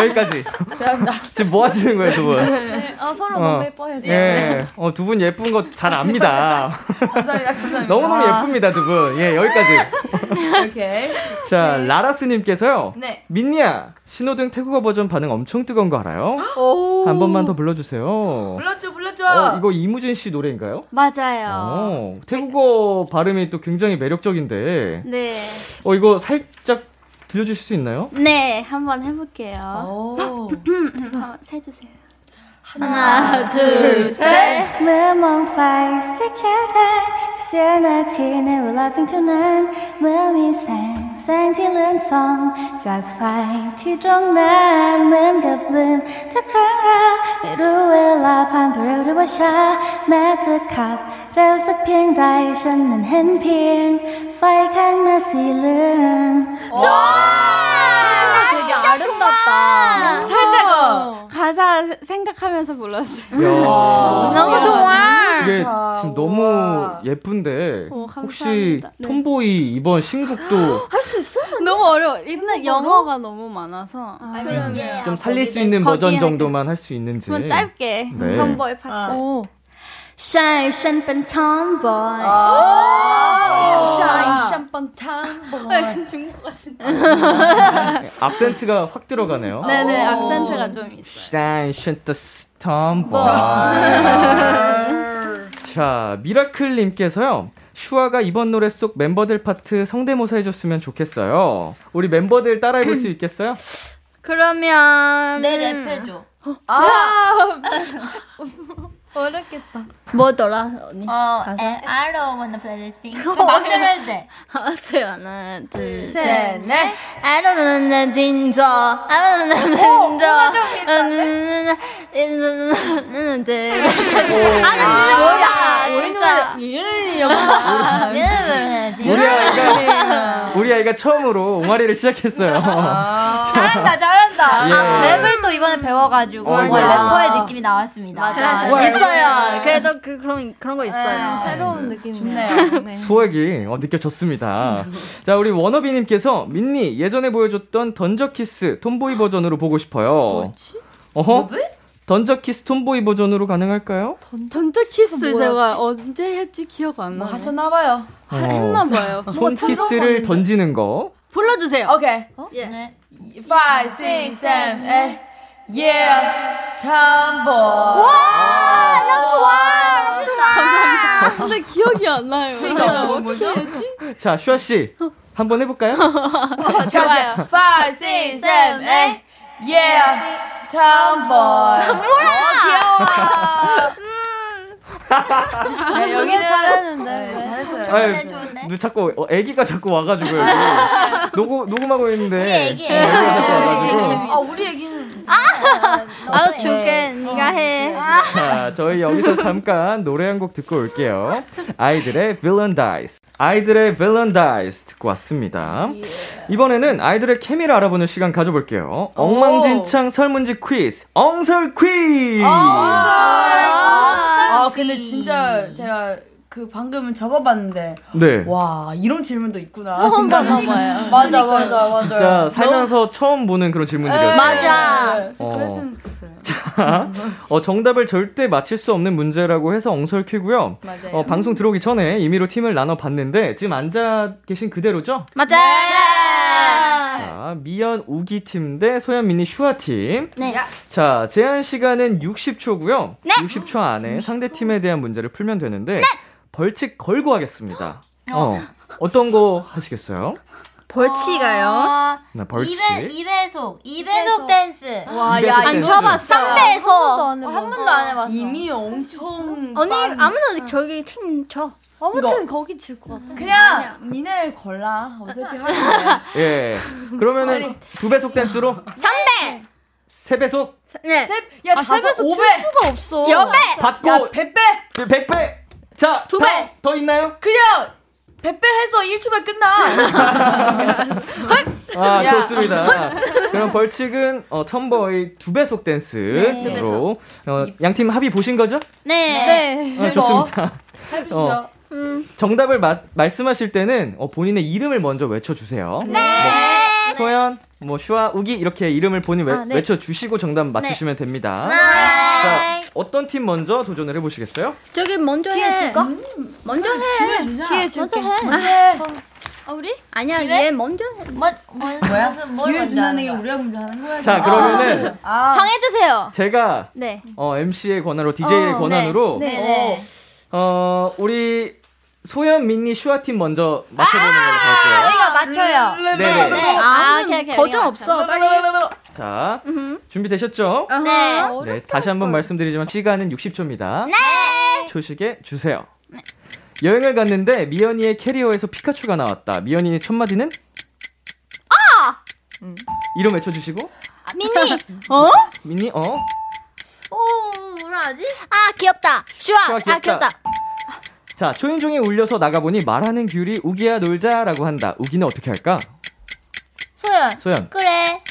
B: 여기까지 지금 뭐 하시는 거예요 두분
D: 아, 서로
B: 어.
D: 너무 예뻐해서.
E: 네.
B: 예. 어, 두 분 예쁜 거 잘
E: 아.
B: 압니다
E: 감사합니다. 감사합니다.
B: 너무너무 예쁩니다 두분예 여기까지
E: 오케이.
B: 자, 라라스님께서요.
E: 네.
B: 민니야, 신호등 태국어 버전 반응 엄청 뜨거운 거 알아요? 한 번만 더 불러주세요.
E: 불러줘, 어. 불러줘.
B: 어, 이거 이무진 씨 노래인가요?
H: 맞아요.
E: 네.
B: 어, 태국어 발음이 또 굉장히 매력적인데,
H: 네.
B: 어, 이거 살짝 들려주실 수 있나요?
H: 네, 한번 해볼게요.
E: 오.
H: 한번 세주세요.
G: 하나, 둘, 셋.
K: Me mong phải siết khéo tay Xưa nay thì nếu là bình thường nên Mơ mi sáng sáng thì lương songจากไฟที่ตรงนั้นเหมือนกับลืมทุกครั้งเราไม่รู้เวลาผ่านไปเร็วหรือว่าช้า แม้จะขับเร็วสักเพียงใดฉันนั้นเห็นเพียง ไฟข้างหน้าสีเหลือง
E: 아,
G: 되게 아름답다.
E: 살짝.
H: 가사 세- 생각하면서 불렀어요.
B: 이야.
H: 너무 좋아.
B: 이게
E: 음. 아. 좋다.
B: 지금 너무
E: 우와.
B: 예쁜데,
H: 어,
B: 혹시
H: 감사합니다. 네.
B: 톰보이 이번 신곡도
H: 너무 어려워. 근데 영어가 너무 많아서.
B: 좀 살릴 수 있는
H: 거기에
B: 버전
H: 할게요.
B: 정도만 할 수 있는지.
H: 한번 짧게
B: 네.
H: 텀보이 파트.
D: 오.
H: 샤이 션펜 텀보이.
E: 샤인 샴펀 탕보.
H: 아, 중국 같은데.
B: 네. 악센트가 확 들어가네요.
H: 네네 악센트가 좀 있어요.
B: 샌션트 스톰보. 자, 미라클님께서요. 슈아가 이번 노래 속 멤버들 파트 성대모사 해줬으면 좋겠어요. 우리 멤버들 따라해볼 수 있겠어요?
F: 그러면
G: 내 랩해줘.
E: 아, 어렵겠다.
L: 뭐더라 언니?
G: 어,
L: 가사?
G: and I don't wanna play this thing. 마음대로 해도 돼.
D: 알았어요. 하나, 둘, 셋.
E: 셋, 넷.
G: I don't wanna dingo. I don't wanna dingo. 아, 나 진짜 몰라. 진짜.
E: 예은이였구나.
G: 네, 네, 네.
B: 우리 아이가 우리 아이가 처음으로 옹알이를 시작했어요.
E: 잘한다, 잘한다.
G: 아,
B: 예.
G: 랩을 또 이번에 배워가지고
B: 어이구야.
G: 뭔가 래퍼의 느낌이 나왔습니다.
E: 와.
G: 있어요. 그래도 그, 그런 그런 거 있어요.
H: 새로운 느낌이네요.
E: 좋네요. 네.
B: 수액이 어, 느껴졌습니다. 자 우리 워너비님께서 민니 예전에 보여줬던 던저키스 톰보이 버전으로 보고 싶어요. 뭐지? 어허? 던저키스 톰보이 버전으로 가능할까요?
D: 전자 키스 제가 언제 했지 기억 안
E: 뭐
D: 나요.
E: 하셨나봐요.
B: 어,
D: 했나 봐요.
B: 손 키스를 던지는 거.
D: 불러주세요.
E: 오케이.
D: 예.
E: 네. Five, six, seven, eight. Yeah, 탐보. 아.
D: 감사합니다. 아, 근데 기억이 안 나요.
E: 아,
D: 제가 어떻게 했지?
B: 자 슈아 씨 한번 해볼까요?
E: 어, 좋아요. Five,
G: 네,
E: six, seven, eight. Yeah, 탐보. 아, 뭐야? 어, 귀여워. 네, 여기는 네, 잘하는데. 잘했어요.
B: 아유, 누 자꾸 어, 애기가 자꾸 와가지고 여기 녹음 녹음하고 있는데 우리
G: 애기예요.
B: 애기가 네, 자꾸 와가지고
E: 아, 우리 애기는.
G: 나도 줄게. 네가 어, 해.
B: 자, 저희 여기서 잠깐 노래 한 곡 듣고 올게요. 아이들의 Villain Dice. 아이들의 Villain Dice 듣고 왔습니다. 이번에는 아이들의 케미를 알아보는 시간 가져볼게요. 엉망진창 설문지 퀴즈. 엉설 퀴즈!
E: 아, 근데 진짜 제가 그 방금 접어봤는데.
B: 네.
E: 와 이런 질문도 있구나.
D: 처음
E: 생각을 그러니까
D: 받아봐요.
E: 지금. 어, 맞아 맞아 맞아.
B: 진짜 살면서 처음 보는 그런 질문들이었어요.
G: 맞아.
B: 어.
E: 네, 그랬으면 좋겠어요.
B: 어, 정답을 절대 맞힐 수 없는 문제라고 해서 엉설 퀴고요.
E: 맞아요.
B: 어, 방송 들어오기 전에 임의로 팀을 나눠봤는데 지금 앉아 계신 그대로죠?
G: 맞아.
B: 자, 미연 우기 팀 대 소연 미니 슈아 팀.
G: 네.
B: 자, 제한 시간은 60초고요. 60초 안에 상대 팀에 대한 문제를 풀면 되는데 벌칙 걸고 하겠습니다. 어. 어떤 거 하시겠어요?
G: 어,
B: 나 벌칙.
G: 2배, 2배속, 2배속 댄스.
B: 입에서 댄스.
G: 쳐봤어. 3배속.
H: 안 해봐서.
G: 한 번도 안 해봤어.
E: 이미 엄청
G: 언니,
E: 빤-
G: 아무도 음. 저기 팀 쳐.
H: 아무튼 거기 질 것 같아.
E: 그냥 니네 걸라 어차피 하는 거야.
B: 예.
E: 어,
B: 그러면은 두 배속 댄스로
G: 3배!
B: 세 배속
G: 네.
E: 야 다섯 오배
H: 수가 없어.
G: 여배!
B: 받고
E: 야 백배
B: 100배. 자, 두 배. 더 있나요?
E: 그냥 백배 해서 일주만 끝나.
B: 아,
E: 야.
B: 좋습니다. 그럼 벌칙은 어, 텀버의 두 배속 댄스로 어, 양팀 합의 보신 거죠?
G: 네.
H: 네.
B: 어, 좋습니다.
E: 해보시죠.
B: 어. 정답을 마- 말씀하실 때는 어, 본인의 이름을 먼저 외쳐주세요. 네. 소연, 뭐 슈아, 우기 이렇게 이름을 본인 외,
H: 아, 네.
B: 외쳐주시고 정답 맞추시면 됩니다. 자, 어떤 팀 먼저 도전을 해보시겠어요?
G: 저기 먼저
H: 기회
G: 해.
H: 줄까?
G: 먼저 해.
E: 기회 주자.
H: 음, 기회 줄게.
E: 먼저 해.
G: 아니야, 얘 먼저 해. 뭐, 뭐, 뭐야? 뭘
E: 기회
G: 먼저
E: 준다는
G: 하는
E: 게
G: 거야?
E: 우리가 먼저 하는 거야.
B: 자, 그러면은
E: 네. 아,
D: 정해주세요.
B: 제가
D: 네.
B: MC의 권한으로 DJ의
D: 어,
B: 권한으로
G: 네.
B: 어, 우리 소연, 민니, 슈아 팀 먼저 맞춰보는 걸로 갈게요.
G: 저희가 아, 맞춰요.
B: 아, 네, 네.
D: 네. 아, 오케이, 오케이.
G: 거정 없어.
B: 자, 준비되셨죠?
G: 네.
H: 어.
B: 네, 다시 한번 말씀드리지만 시간은 60초입니다. 네. 초식에 주세요. 여행을 갔는데 미연이의 캐리어에서 피카츄가 나왔다. 미연이의 첫 마디는 음. 이름 외쳐주시고
D: 미니. 어?
B: 민니 어
G: 오, 뭐라 하지? 아, 귀엽다. 슈아.
B: 슈아,
G: 아, 귀엽다.
B: 자 초인종이 울려서 나가보니 말하는 귤이 우기야 놀자라고 한다. 우기는 어떻게 할까?
G: 소연.
B: 소연,
G: 그래.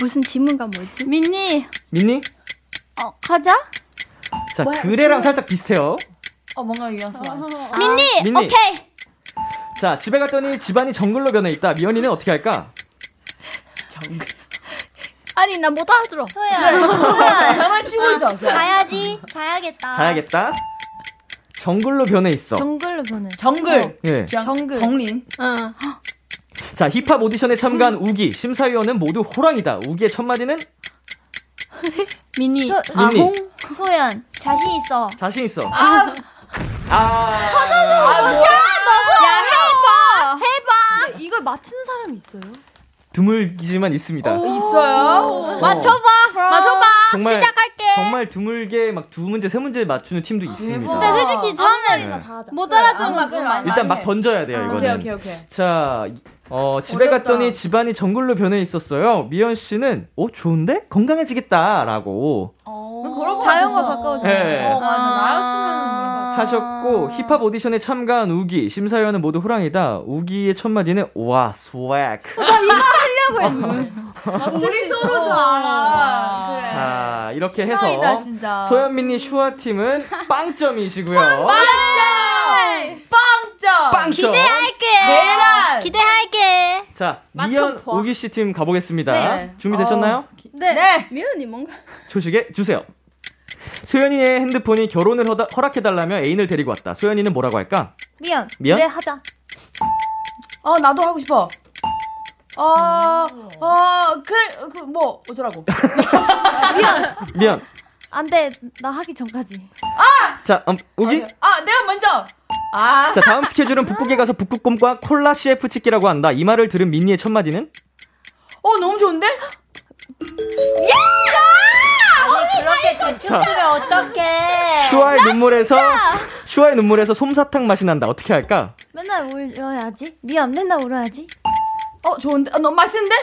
L: 무슨 지문가 뭐지?
D: 미니.
B: 민니
D: 어, 가자.
B: 자 그래랑 살짝 비슷해요.
E: 어 뭔가 유연성 많았어.
H: 아,
D: 미니.
B: 미니.
D: 예, 오케이.
B: 자 집에 갔더니 집안이 정글로 변해 있다. 미연이는 어떻게 할까?
L: 아니 나 못 알아들어.
G: 소연. 소연.
E: 잠만 쉬고 있어.
G: 가야지.
D: 아.
G: 가야겠다.
B: 자야겠다. 정글로 변해 있어.
H: 정글로 변해.
E: 정글.
B: 예.
E: 정글. 정린.
D: 응.
B: 자, 힙합 오디션에 참가한 우기. 심사위원은 모두 호랑이다. 우기의 첫마디는
D: 미니.
G: 소-
D: 아,
B: 미니.
D: 공.
G: 소연. 자신 있어.
B: 자신 있어. 아.
D: 야, 해봐.
H: 이걸 맞춘 사람 있어요?
B: 드물지만 있습니다.
E: 있어요.
D: 맞춰봐. 맞춰봐.
B: 정말
G: 시작할게.
B: 정말 드물게 막 두 문제 세 문제 맞추는 팀도
D: 아,
B: 있습니다.
D: 근데 솔직히 처음에
B: 네.
D: 다 하자.
H: 못 알아듣는
E: 아,
H: 거 좀 많이.
B: 일단 막 던져야 돼요 이거는.
E: 오케이 오케이 오케이.
B: 자, 어, 집에
E: 어렵다.
B: 갔더니 집안이 정글로 변해 있었어요. 미연 씨는 어 좋은데 건강해지겠다라고
E: 그런 거
D: 자연과
E: 같아서.
D: 가까워져.
B: 네.
E: 어 맞아
H: 아.
E: 나였으면
B: 하셨고 힙합 오디션에 참가한 우기 심사위원은 모두 호랑이다. 우기의 첫 마디는 와 스웩.
E: 우리 서로
G: 아,
E: 다 알아. 그래.
B: 자 이렇게 해서
E: 희망이다, 진짜.
B: 소현민이 슈아 팀은 빵점이시고요.
E: 빵점.
B: 빵점.
E: 계란.
G: 기대할게.
B: 자 미연
H: 맞춰봐.
B: 우기 씨 팀 가보겠습니다.
E: 네.
B: 준비되셨나요?
E: 네. 네.
D: 미연이 뭔가.
B: 초식에 주세요. 소연이의 핸드폰이 결혼을 허다- 허락해달라며 애인을 데리고 왔다. 소연이는 뭐라고 할까?
D: 미연.
B: 미연?
D: 그래 네, 하자.
E: 어 나도 하고 싶어. 어, 어, 그래, 어, 그, 뭐, 어쩌라고.
B: 미연.
D: 안돼 나 하기 전까지.
B: 자, 음, 우기.
E: 아, 내가 먼저! 아,
B: 자, 다음 스케줄은 북극에 가서 북극곰과 콜라 CF 찍기라고 한다. 이 말을 들은 민니의 첫마디는?
E: 어, 너무 좋은데?
G: 그렇게 대충
B: 자.
G: 쓰면 어떡해.
B: 슈아의 눈물에서, 슈아의 눈물에서 솜사탕 맛이 난다. 어떻게 할까?
D: 맨날 울어야지. 미연 맨날 울어야지.
E: 어, 좋은데? 어, 너무 맛있는데?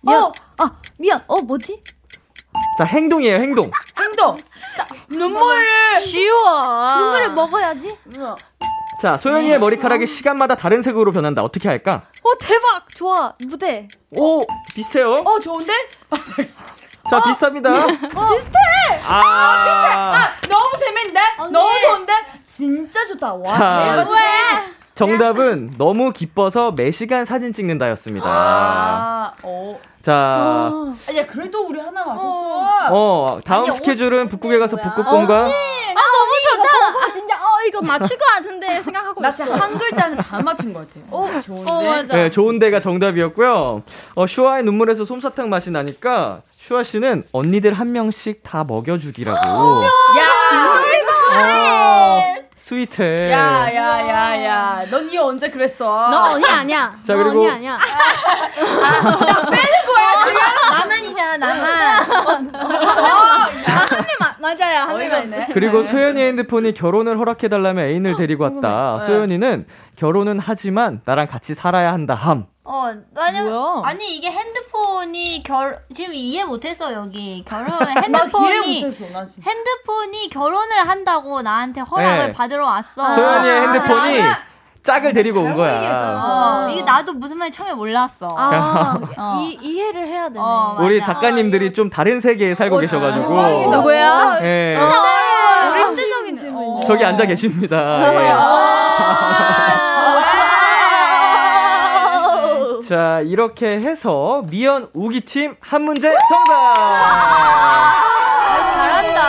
D: 미연.
E: 어.
D: 아 미연. 어 뭐지?
B: 자, 행동이에요, 행동.
E: 행동! 따- 눈물을!
H: 쉬워.
D: 눈물을 먹어야지.
B: 자, 소연이의 머리카락이 시간마다 다른 색으로 변한다. 어떻게 할까?
D: 어 대박 좋아 무대.
B: 오, 비슷해요.
E: 어, 좋은데?
B: 자, 네. 어. 비슷합니다. 비슷해! 아,
E: 아, 너무 재밌는데? 너무 좋은데? 진짜 좋다. 와,
B: 자,
E: 대박. 좋아.
B: 정답은 너무 기뻐서 매시간 사진 찍는다였습니다.
E: 아, 어.
B: 자,
E: 아, 야, 그래도 우리 하나 맞았어.
B: 어, 다음 스케줄은 북극에 가서 북극곰과
H: 맞출 것 같은데 생각하고.
E: 나 진짜 한 글자는 다 맞춘 것 같아. 어, 좋은데?
B: 네, 좋은 데가 정답이었고요. 어, 슈아의 눈물에서 솜사탕 맛이 나니까 슈아 씨는 언니들 한 명씩 다 먹여주기라고.
E: 야!
B: 아, 스윗해.
E: 야, 야, 야, 야. 넌 이 언제 그랬어?
H: 너 언니 아니야.
B: 자,
H: 너
B: 그리고-
H: 언니 아니야.
G: 나만이잖아, 나만.
H: 맞아요.
E: 어이가 없네.
B: 그리고 소연이의 핸드폰이 결혼을 허락해달라며 애인을 데리고 왔다. 소연이는 결혼은 하지만 나랑 같이 살아야 한다 함.
G: 어, 만약,
D: 뭐야?
G: 아니, 이게 핸드폰이 결, 지금 이해 못했어, 여기. 결혼,
E: 나 기회
G: 핸드폰이.
E: 못했어, 나 진짜.
G: 핸드폰이 결혼을 한다고 나한테 허락을
B: 네.
G: 받으러 왔어.
E: 아.
B: 소연이의 핸드폰이 짝을 데리고 온
E: 얘기했잖아.
B: 거야.
G: 어, 이게 나도 무슨 말인지 처음에 몰랐어.
D: 아
G: 어.
D: 이, 이해를 해야 되네.
G: 어, 맞아.
B: 우리 작가님들이 좀 다른 세계에 살고
E: 어, 대박이다.
B: 계셔가지고.
E: 누구야?
B: 예,
D: 아, 전체적인 질문.
B: 저기 앉아 계십니다. 예.
E: 아. 음.
B: 자 이렇게 해서 미연 우기 팀 한 문제 정답.
E: 아, 잘한다.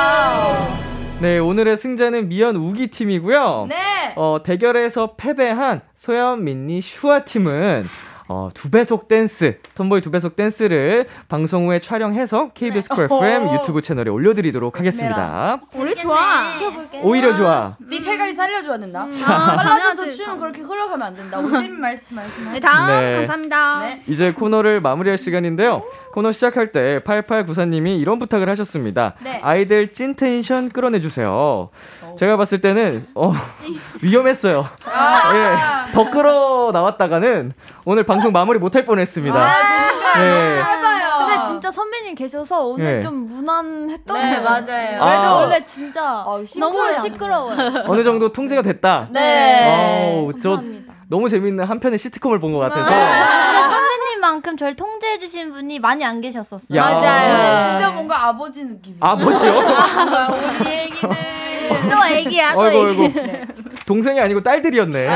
B: 네 오늘의 승자는 미연 우기 팀이고요.
E: 네.
B: 어 대결에서 패배한 소연 민니 슈아 팀은. 어, 두 배속 댄스, 톰보이 두 배속 댄스를 방송 후에 촬영해서 KBS 쿨 FM
E: 네. 어허.
B: 유튜브 채널에 올려드리도록
E: 열심히
B: 하겠습니다.
H: 우리 좋아.
B: 오히려 좋아.
E: 디테일까지 살려줘야 된다.
H: 아,
E: 빨라져서
H: 당연하지.
E: 춤은 그렇게 흘러가면 안 된다. 오쌤 말씀 말씀.
H: 네, 다음
B: 네.
H: 감사합니다.
E: 네.
B: 이제 코너를 마무리할 시간인데요. 코너 시작할 때 8894님이 이런 부탁을 하셨습니다.
H: 네.
B: 아이들 찐 텐션 끌어내주세요. 제가 봤을 때는 어, 위험했어요.
D: 아.
B: 예, 더 끌어 나왔다가는 오늘 방송 마무리 못할 뻔했습니다. 예.
D: 근데 진짜 선배님 계셔서 아, 오늘
B: 예.
D: 좀 무난했던
E: 네,
D: 것
E: 맞아요.
D: 같아요.
B: 아.
D: 그래도 원래 진짜 너무 시끄러워요.
B: 어느 정도 통제가 됐다.
E: 네.
B: 어우, 저 너무 재밌는 한 편의 시트콤을 본 것 같아서.
D: 네.
G: 근데 선배님만큼 저를 통제해주신 분이 많이 안 계셨었어요.
B: 야.
E: 근데
B: 맞아요.
E: 진짜 뭔가 아버지 느낌.
B: 아버지요?
E: 우리 애기들.
G: 또 애기야, 또
B: 아이고, 네.
G: 애기.
B: 아이고. 동생이 아니고 딸들이었네.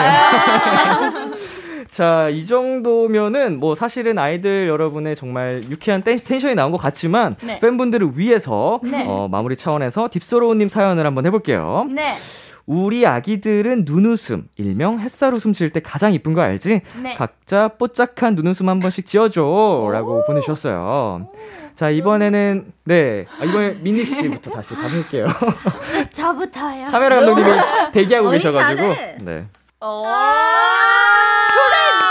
B: 아. 자, 이 정도면은 뭐 사실은 아이들 여러분의 정말 유쾌한 텐- 텐션이 나온 것 같지만
E: 네.
B: 팬분들을 위해서
E: 네.
B: 어, 마무리 차원에서 딥소로우님 사연을 한번 해볼게요.
E: 네.
B: 우리 아기들은 눈웃음, 일명 햇살 웃음 지을 때 가장 이쁜 거 알지?
E: 네.
B: 각자 뽀짝한 눈웃음 한 번씩 지어줘. 라고 보내주셨어요. 자, 이번에는, 네. 아, 이번에 민니 씨부터 다시 가볼게요.
D: 저부터요.
B: 카메라 감독님이 대기하고 네.
G: 어이,
B: 계셔가지고.
G: 잘해.
B: 네.
E: 어.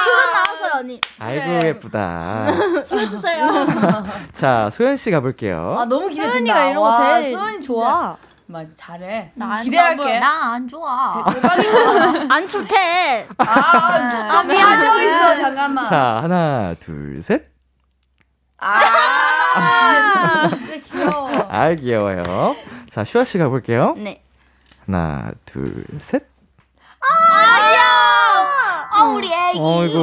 G: 출연 나왔어요, 언니.
B: 아이고 예쁘다.
H: 주세요.
B: 자 소연 씨 가볼게요.
E: 아 너무 기대된다.
D: 소연이가 이런 거
E: 와,
D: 제일
E: 소연이 진짜-
D: 좋아.
E: 맞아 잘해. 음,
G: 나안
E: 기대할게.
G: 나안 좋아.
E: 대박이야.
G: 안 좋대.
E: 아, 좀 미안해져 있어. 잠깐만.
B: 자 하나 둘 셋.
E: 아, 진짜 귀여워.
B: 아 귀여워요. 자 슈아 씨 가볼게요.
G: 네.
B: 하나 둘 셋.
G: 어 우리 애기.
B: 어이구.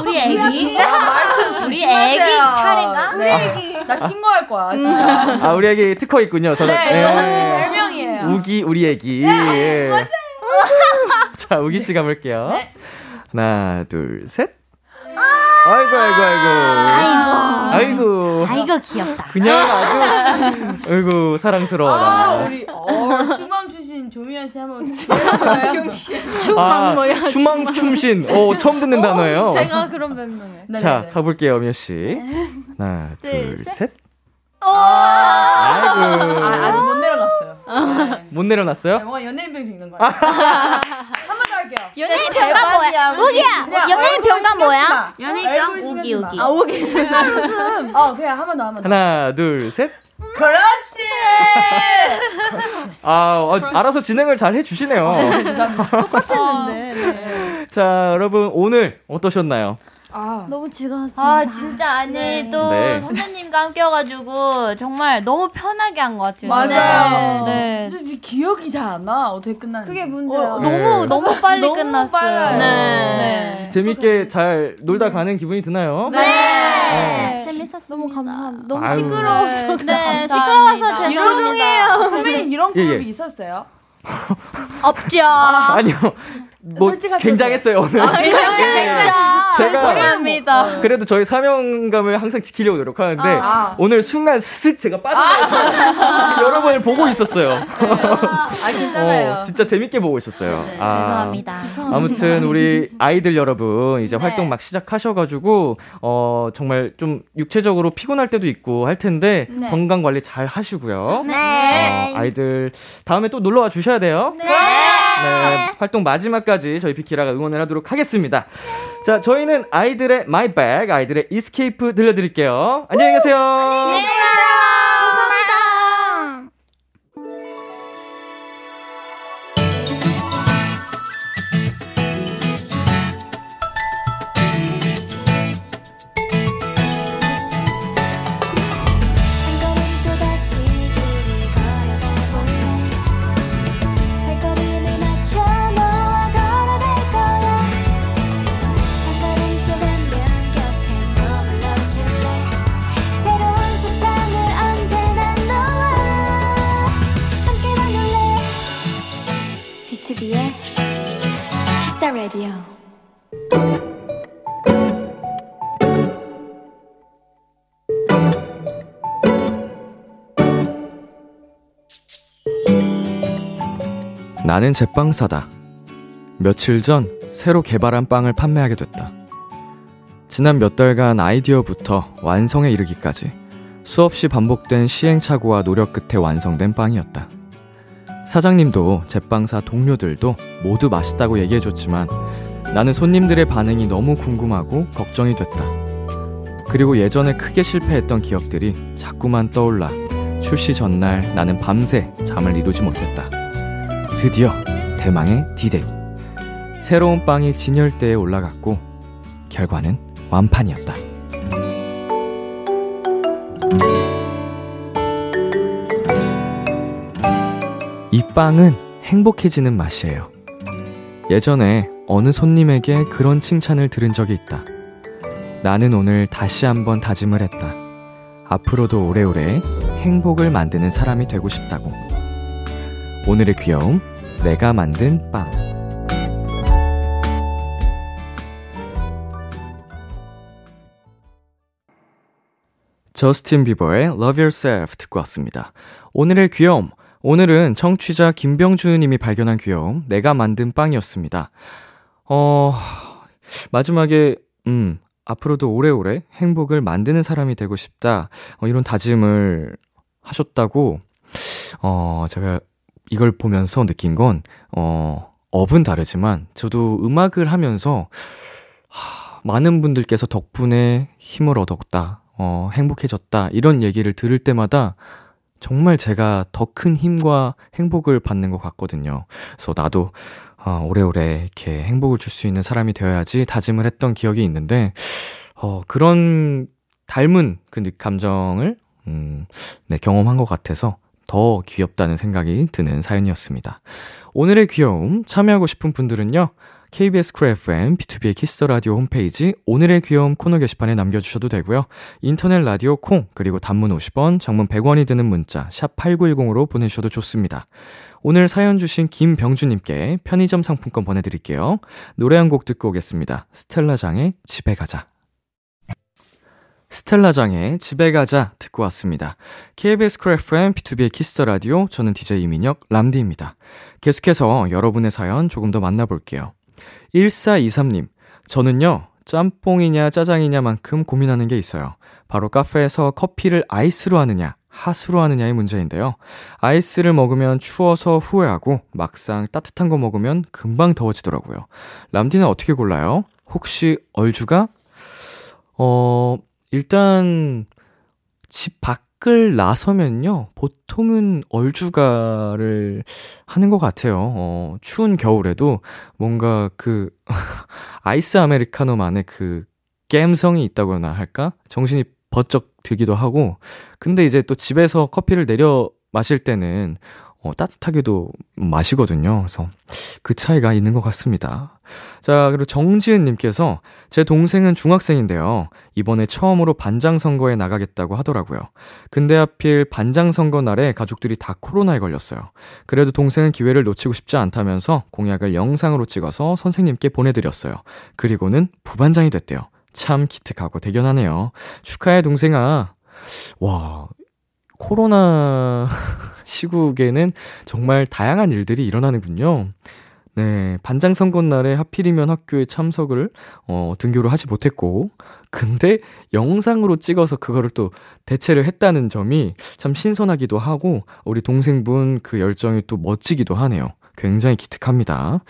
G: 우리 애기. 네,
H: 아,
E: 말씀
G: 우리 애기
E: 조심하세요.
G: 차례인가?
E: 네. 나 신고할 거야. 진짜.
B: 아 우리 애기 특허 있군요. 저는.
E: 네,
B: 네.
E: 저 사실 별명이에요.
B: 우기 우리 애기. 예. 자 우기 씨 가볼게요. 하나 둘 셋. 아이고 아이고 아이고. 아이고.
G: 아 이거 귀엽다.
B: 그냥 아주 아이고 사랑스러워.
E: 아,
B: 나는.
E: 우리 어, 추망 출신 조미연 씨 한번 기대해봐요.
B: 아, 추망 춤신. 오 처음 듣는 단어예요.
D: 제가 그런 변명을.
E: 네,
B: 자 가볼게요 미연 씨. 하나 둘
H: 둘,
B: 셋.
E: 아,
B: 아이고
E: 아직 못 내려갔어요. 네.
B: 못 내려놨어요?
E: 뭔가 연예인 병 죽는 거 같아. 한 번 더 할게요.
G: 연예인 병가 뭐야? 우기야.
E: 그냥
G: 연예인
E: 얼굴
G: 병가 뭐야?
E: 신경 쓰지 마.
G: 연예인 병?
E: 얼굴 신경
G: 우기
E: 쓰지
G: 우기.
E: 마. 아, 우기. 어, 그냥 한 번 더, 한 번 더.
B: 하나 둘 셋.
E: 그렇지!
B: 아, 어, 알아서 진행을 잘 해주시네요. 자, 여러분, 오늘 어떠셨나요?
D: 너무 즐거웠습니다.
G: 아 진짜 아니 또
B: 네.
G: 선생님과 함께 와가지고 정말 너무 편하게 한 것 같아요.
E: 맞아요.
G: 네.
E: 저 지금 기억이 잘 안 나. 어떻게 끝나는지.
D: 그게 문제야.
B: 네.
G: 너무 너무 빨리
E: 너무
G: 끝났어요.
E: 빨라요.
G: 네.
B: 재밌게 잘 놀다 가는 기분이 드나요?
G: 네. 네.
H: 재밌었습니다.
D: 너무 감사합니다. 너무
B: 아유.
D: 시끄러워서.
H: 네,
G: 감사합니다.
H: 시끄러워서
E: 죄송해요.
H: 죄송합니다.
E: 선배님 이런
B: 예,
E: 그룹이
B: 예.
E: 있었어요?
G: 없죠.
B: 아니요. 뭐,
E: 솔직하게
B: 굉장했어요, 오늘. 제가-
G: 죄송합니다.
B: 그래도 저희 사명감을 항상 지키려고 노력하는데,
E: 아.
B: 오늘 순간 슥 제가 빠져나가서 여러분을 보고 있었어요.
E: 아, 괜찮아요.
B: 어, 진짜 재밌게 보고 있었어요.
G: 네,
B: 아.
G: 죄송합니다.
B: 아무튼 우리 아이들 여러분 이제
H: 네.
B: 활동 막 시작하셔가지고 어 정말 좀 육체적으로 피곤할 때도 있고 할 텐데
H: 네.
B: 건강 관리 잘 하시고요.
G: 네.
B: 어, 아이들 다음에 또 놀러 와 주셔야 돼요. 네. 활동 마지막까지 저희 비키라가 응원을 하도록 하겠습니다. 자, 저희는 아이들의 마이 백, 아이들의 이스케이프 들려드릴게요. 안녕히 계세요.
G: 어,
K: 한 걸음 또다시 길을 걸어가볼래 발걸음을 맞춰 너와 걸어갈 거야 한 걸음 또 가면 곁에 머물러줄래 새로운 세상을 언제나 너와 함께 만들래 BTOB의 키스타 라디오
B: 나는 제빵사다. 며칠 전 새로 개발한 빵을 판매하게 됐다. 지난 몇 달간 아이디어부터 완성에 이르기까지 수없이 반복된 시행착오와 노력 끝에 완성된 빵이었다. 사장님도 제빵사 동료들도 모두 맛있다고 얘기해줬지만 나는 손님들의 반응이 너무 궁금하고 걱정이 됐다. 그리고 예전에 크게 실패했던 기억들이 자꾸만 떠올라 출시 전날 나는 밤새 잠을 이루지 못했다. 드디어 대망의 디데이. 새로운 빵이 진열대에 올라갔고 결과는 완판이었다. 이 빵은 행복해지는 맛이에요. 예전에 어느 손님에게 그런 칭찬을 들은 적이 있다. 나는 오늘 다시 한번 다짐을 했다. 앞으로도 오래오래 행복을 만드는 사람이 되고 싶다고. 오늘의 귀여움 내가 만든 빵 저스틴 비버의 Love Yourself 듣고 왔습니다. 오늘의 귀여움 오늘은 청취자 김병주님이 발견한 귀여움 내가 만든 빵이었습니다. 어 마지막에 음 앞으로도 오래오래 행복을 만드는 사람이 되고 싶다 어, 이런 다짐을 하셨다고 어 제가 이걸 보면서 느낀 건, 어, 업은 다르지만, 저도 음악을 하면서, 하, 많은 분들께서 덕분에 힘을 얻었다, 어, 행복해졌다, 이런 얘기를 들을 때마다 정말 제가 더 큰 힘과 행복을 받는 것 같거든요. 그래서 나도 어, 오래오래 이렇게 행복을 줄 수 있는 사람이 되어야지 다짐을 했던 기억이 있는데, 어, 그런 닮은 그 느- 감정을, 음, 네, 경험한 것 같아서 더 귀엽다는 생각이 드는 사연이었습니다. 오늘의 귀여움 참여하고 싶은 분들은요. KBS 쿨 FM, B2B의 키스터 라디오 홈페이지 오늘의 귀여움 코너 게시판에 남겨주셔도 되고요. 인터넷 라디오 콩 그리고 단문 50원, 장문 100원이 드는 문자 샵 #8910으로 보내주셔도 좋습니다. 오늘 사연 주신 김병주님께 편의점 상품권 보내드릴게요. 노래 한 곡 듣고 오겠습니다. 스텔라장의 집에 가자. 스텔라장의 집에 가자 듣고 왔습니다. KBS 쿨 FM, B2B의 키스터 라디오 저는 DJ 이민혁 람디입니다. 계속해서 여러분의 사연 조금 더 만나볼게요. 1423님, 저는요, 짬뽕이냐 짜장이냐만큼 고민하는 게 있어요. 바로 카페에서 커피를 아이스로 하느냐, 핫으로 하느냐의 문제인데요. 아이스를 먹으면 추워서 후회하고, 막상 따뜻한 거 먹으면 금방 더워지더라고요. 람디는 어떻게 골라요? 혹시 얼주가? 어, 일단, 집 밖을 나서면요, 보통은 얼주가를 하는 것 같아요. 어, 추운 겨울에도 뭔가 그, 아이스 아메리카노만의 그, 깸성이 있다거나 할까? 정신이 번쩍 들기도 하고, 근데 이제 또 집에서 커피를 내려 마실 때는, 어, 따뜻하게도 마시거든요. 그래서 그 차이가 있는 것 같습니다. 자, 그리고 정지은님께서 제 동생은 중학생인데요. 이번에 처음으로 반장 선거에 나가겠다고 하더라고요. 근데 하필 반장 선거 날에 가족들이 다 코로나에 걸렸어요. 그래도 동생은 기회를 놓치고 싶지 않다면서 공약을 영상으로 찍어서 선생님께 보내드렸어요. 그리고는 부반장이 됐대요. 참 기특하고 대견하네요. 축하해, 동생아. 와, 코로나 시국에는 정말 다양한 일들이 일어나는군요. 네, 반장 선거 날에 하필이면 학교에 참석을, 어, 등교를 하지 못했고, 근데 영상으로 찍어서 그거를 또 대체를 했다는 점이 참 신선하기도 하고 우리 동생분 그 열정이 또 멋지기도 하네요. 굉장히 기특합니다.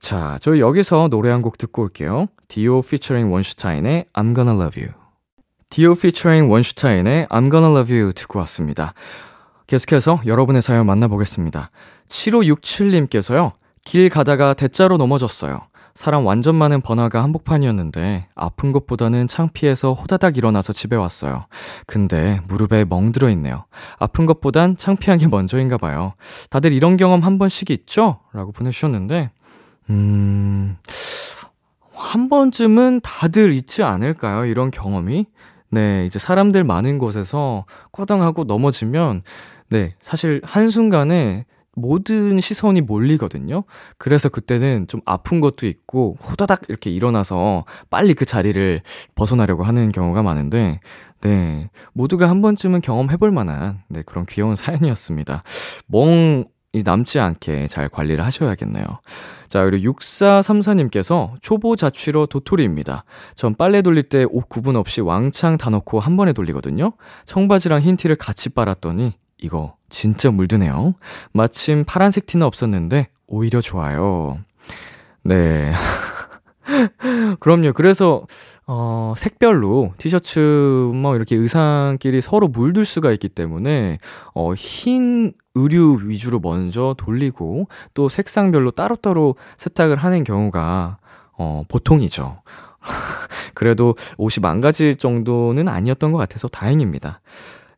B: 자, 저희 여기서 노래 한 곡 듣고 올게요. 디오 피처링 원슈타인의 I'm Gonna Love You. 디오 피처링 원슈타인의 I'm Gonna Love You 듣고 왔습니다. 계속해서 여러분의 사연 만나보겠습니다. 7567님께서요. 길 가다가 대자로 넘어졌어요. 사람 완전 많은 번화가 한복판이었는데 아픈 것보다는 창피해서 호다닥 일어나서 집에 왔어요. 근데 무릎에 멍들어 있네요. 아픈 것보단 창피한 게 먼저인가 봐요. 다들 이런 경험 한 번씩 있죠? 라고 보내주셨는데 음... 한 번쯤은 다들 있지 않을까요? 이런 경험이? 네, 이제 사람들 많은 곳에서 꼬당하고 넘어지면, 네, 사실 한순간에 모든 시선이 몰리거든요? 그래서 그때는 좀 아픈 것도 있고, 호다닥 이렇게 일어나서 빨리 그 자리를 벗어나려고 하는 경우가 많은데, 네, 모두가 한 번쯤은 경험해볼 만한, 네, 그런 귀여운 사연이었습니다. 멍, 이 남지 않게 잘 관리를 하셔야겠네요. 자, 그리고 6434님께서 초보 자취로 도토리입니다. 전 빨래 돌릴 때 옷 구분 없이 왕창 다 넣고 한 번에 돌리거든요. 청바지랑 흰 티를 같이 빨았더니 이거 진짜 물드네요. 마침 파란색 티는 없었는데 오히려 좋아요. 네. 그럼요. 그래서 어 색별로 티셔츠 뭐 이렇게 의상끼리 서로 물들 수가 있기 때문에 어흰 의류 위주로 먼저 돌리고 또 색상별로 따로따로 세탁을 하는 경우가 어 보통이죠. 그래도 옷이 망가질 정도는 아니었던 것 같아서 다행입니다.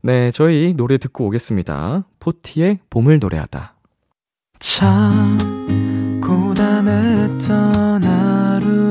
B: 네, 저희 노래 듣고 오겠습니다. 포티의 봄을 노래하다.
C: 참 고단했던 하루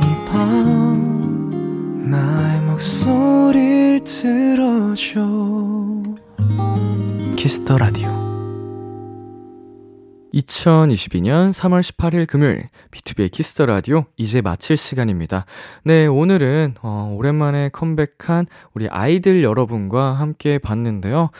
C: 이 밤 나의 목소리를 들어줘 키스터 라디오
B: 2022년 3월 18일 금요일 B2B의 키스터 라디오 이제 마칠 시간입니다. 네, 오늘은 어, 오랜만에 컴백한 우리 아이들 여러분과 함께 봤는데요.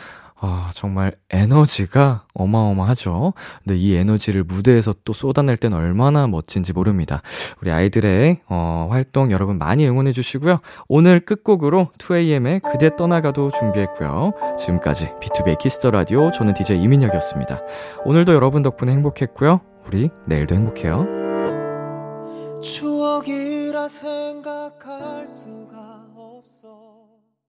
B: 아, 정말 에너지가 어마어마하죠. 근데 이 에너지를 무대에서 또 쏟아낼 땐 얼마나 멋진지 모릅니다. 우리 아이들의 어, 활동 여러분 많이 응원해 주시고요. 오늘 끝곡으로 2AM의 그대 떠나가도 준비했고요. 지금까지 B2B 키스터 라디오 저는 DJ 이민혁이었습니다. 오늘도 여러분 덕분에 행복했고요. 우리 내일도 행복해요.
C: 추억이라 생각할 수가 없어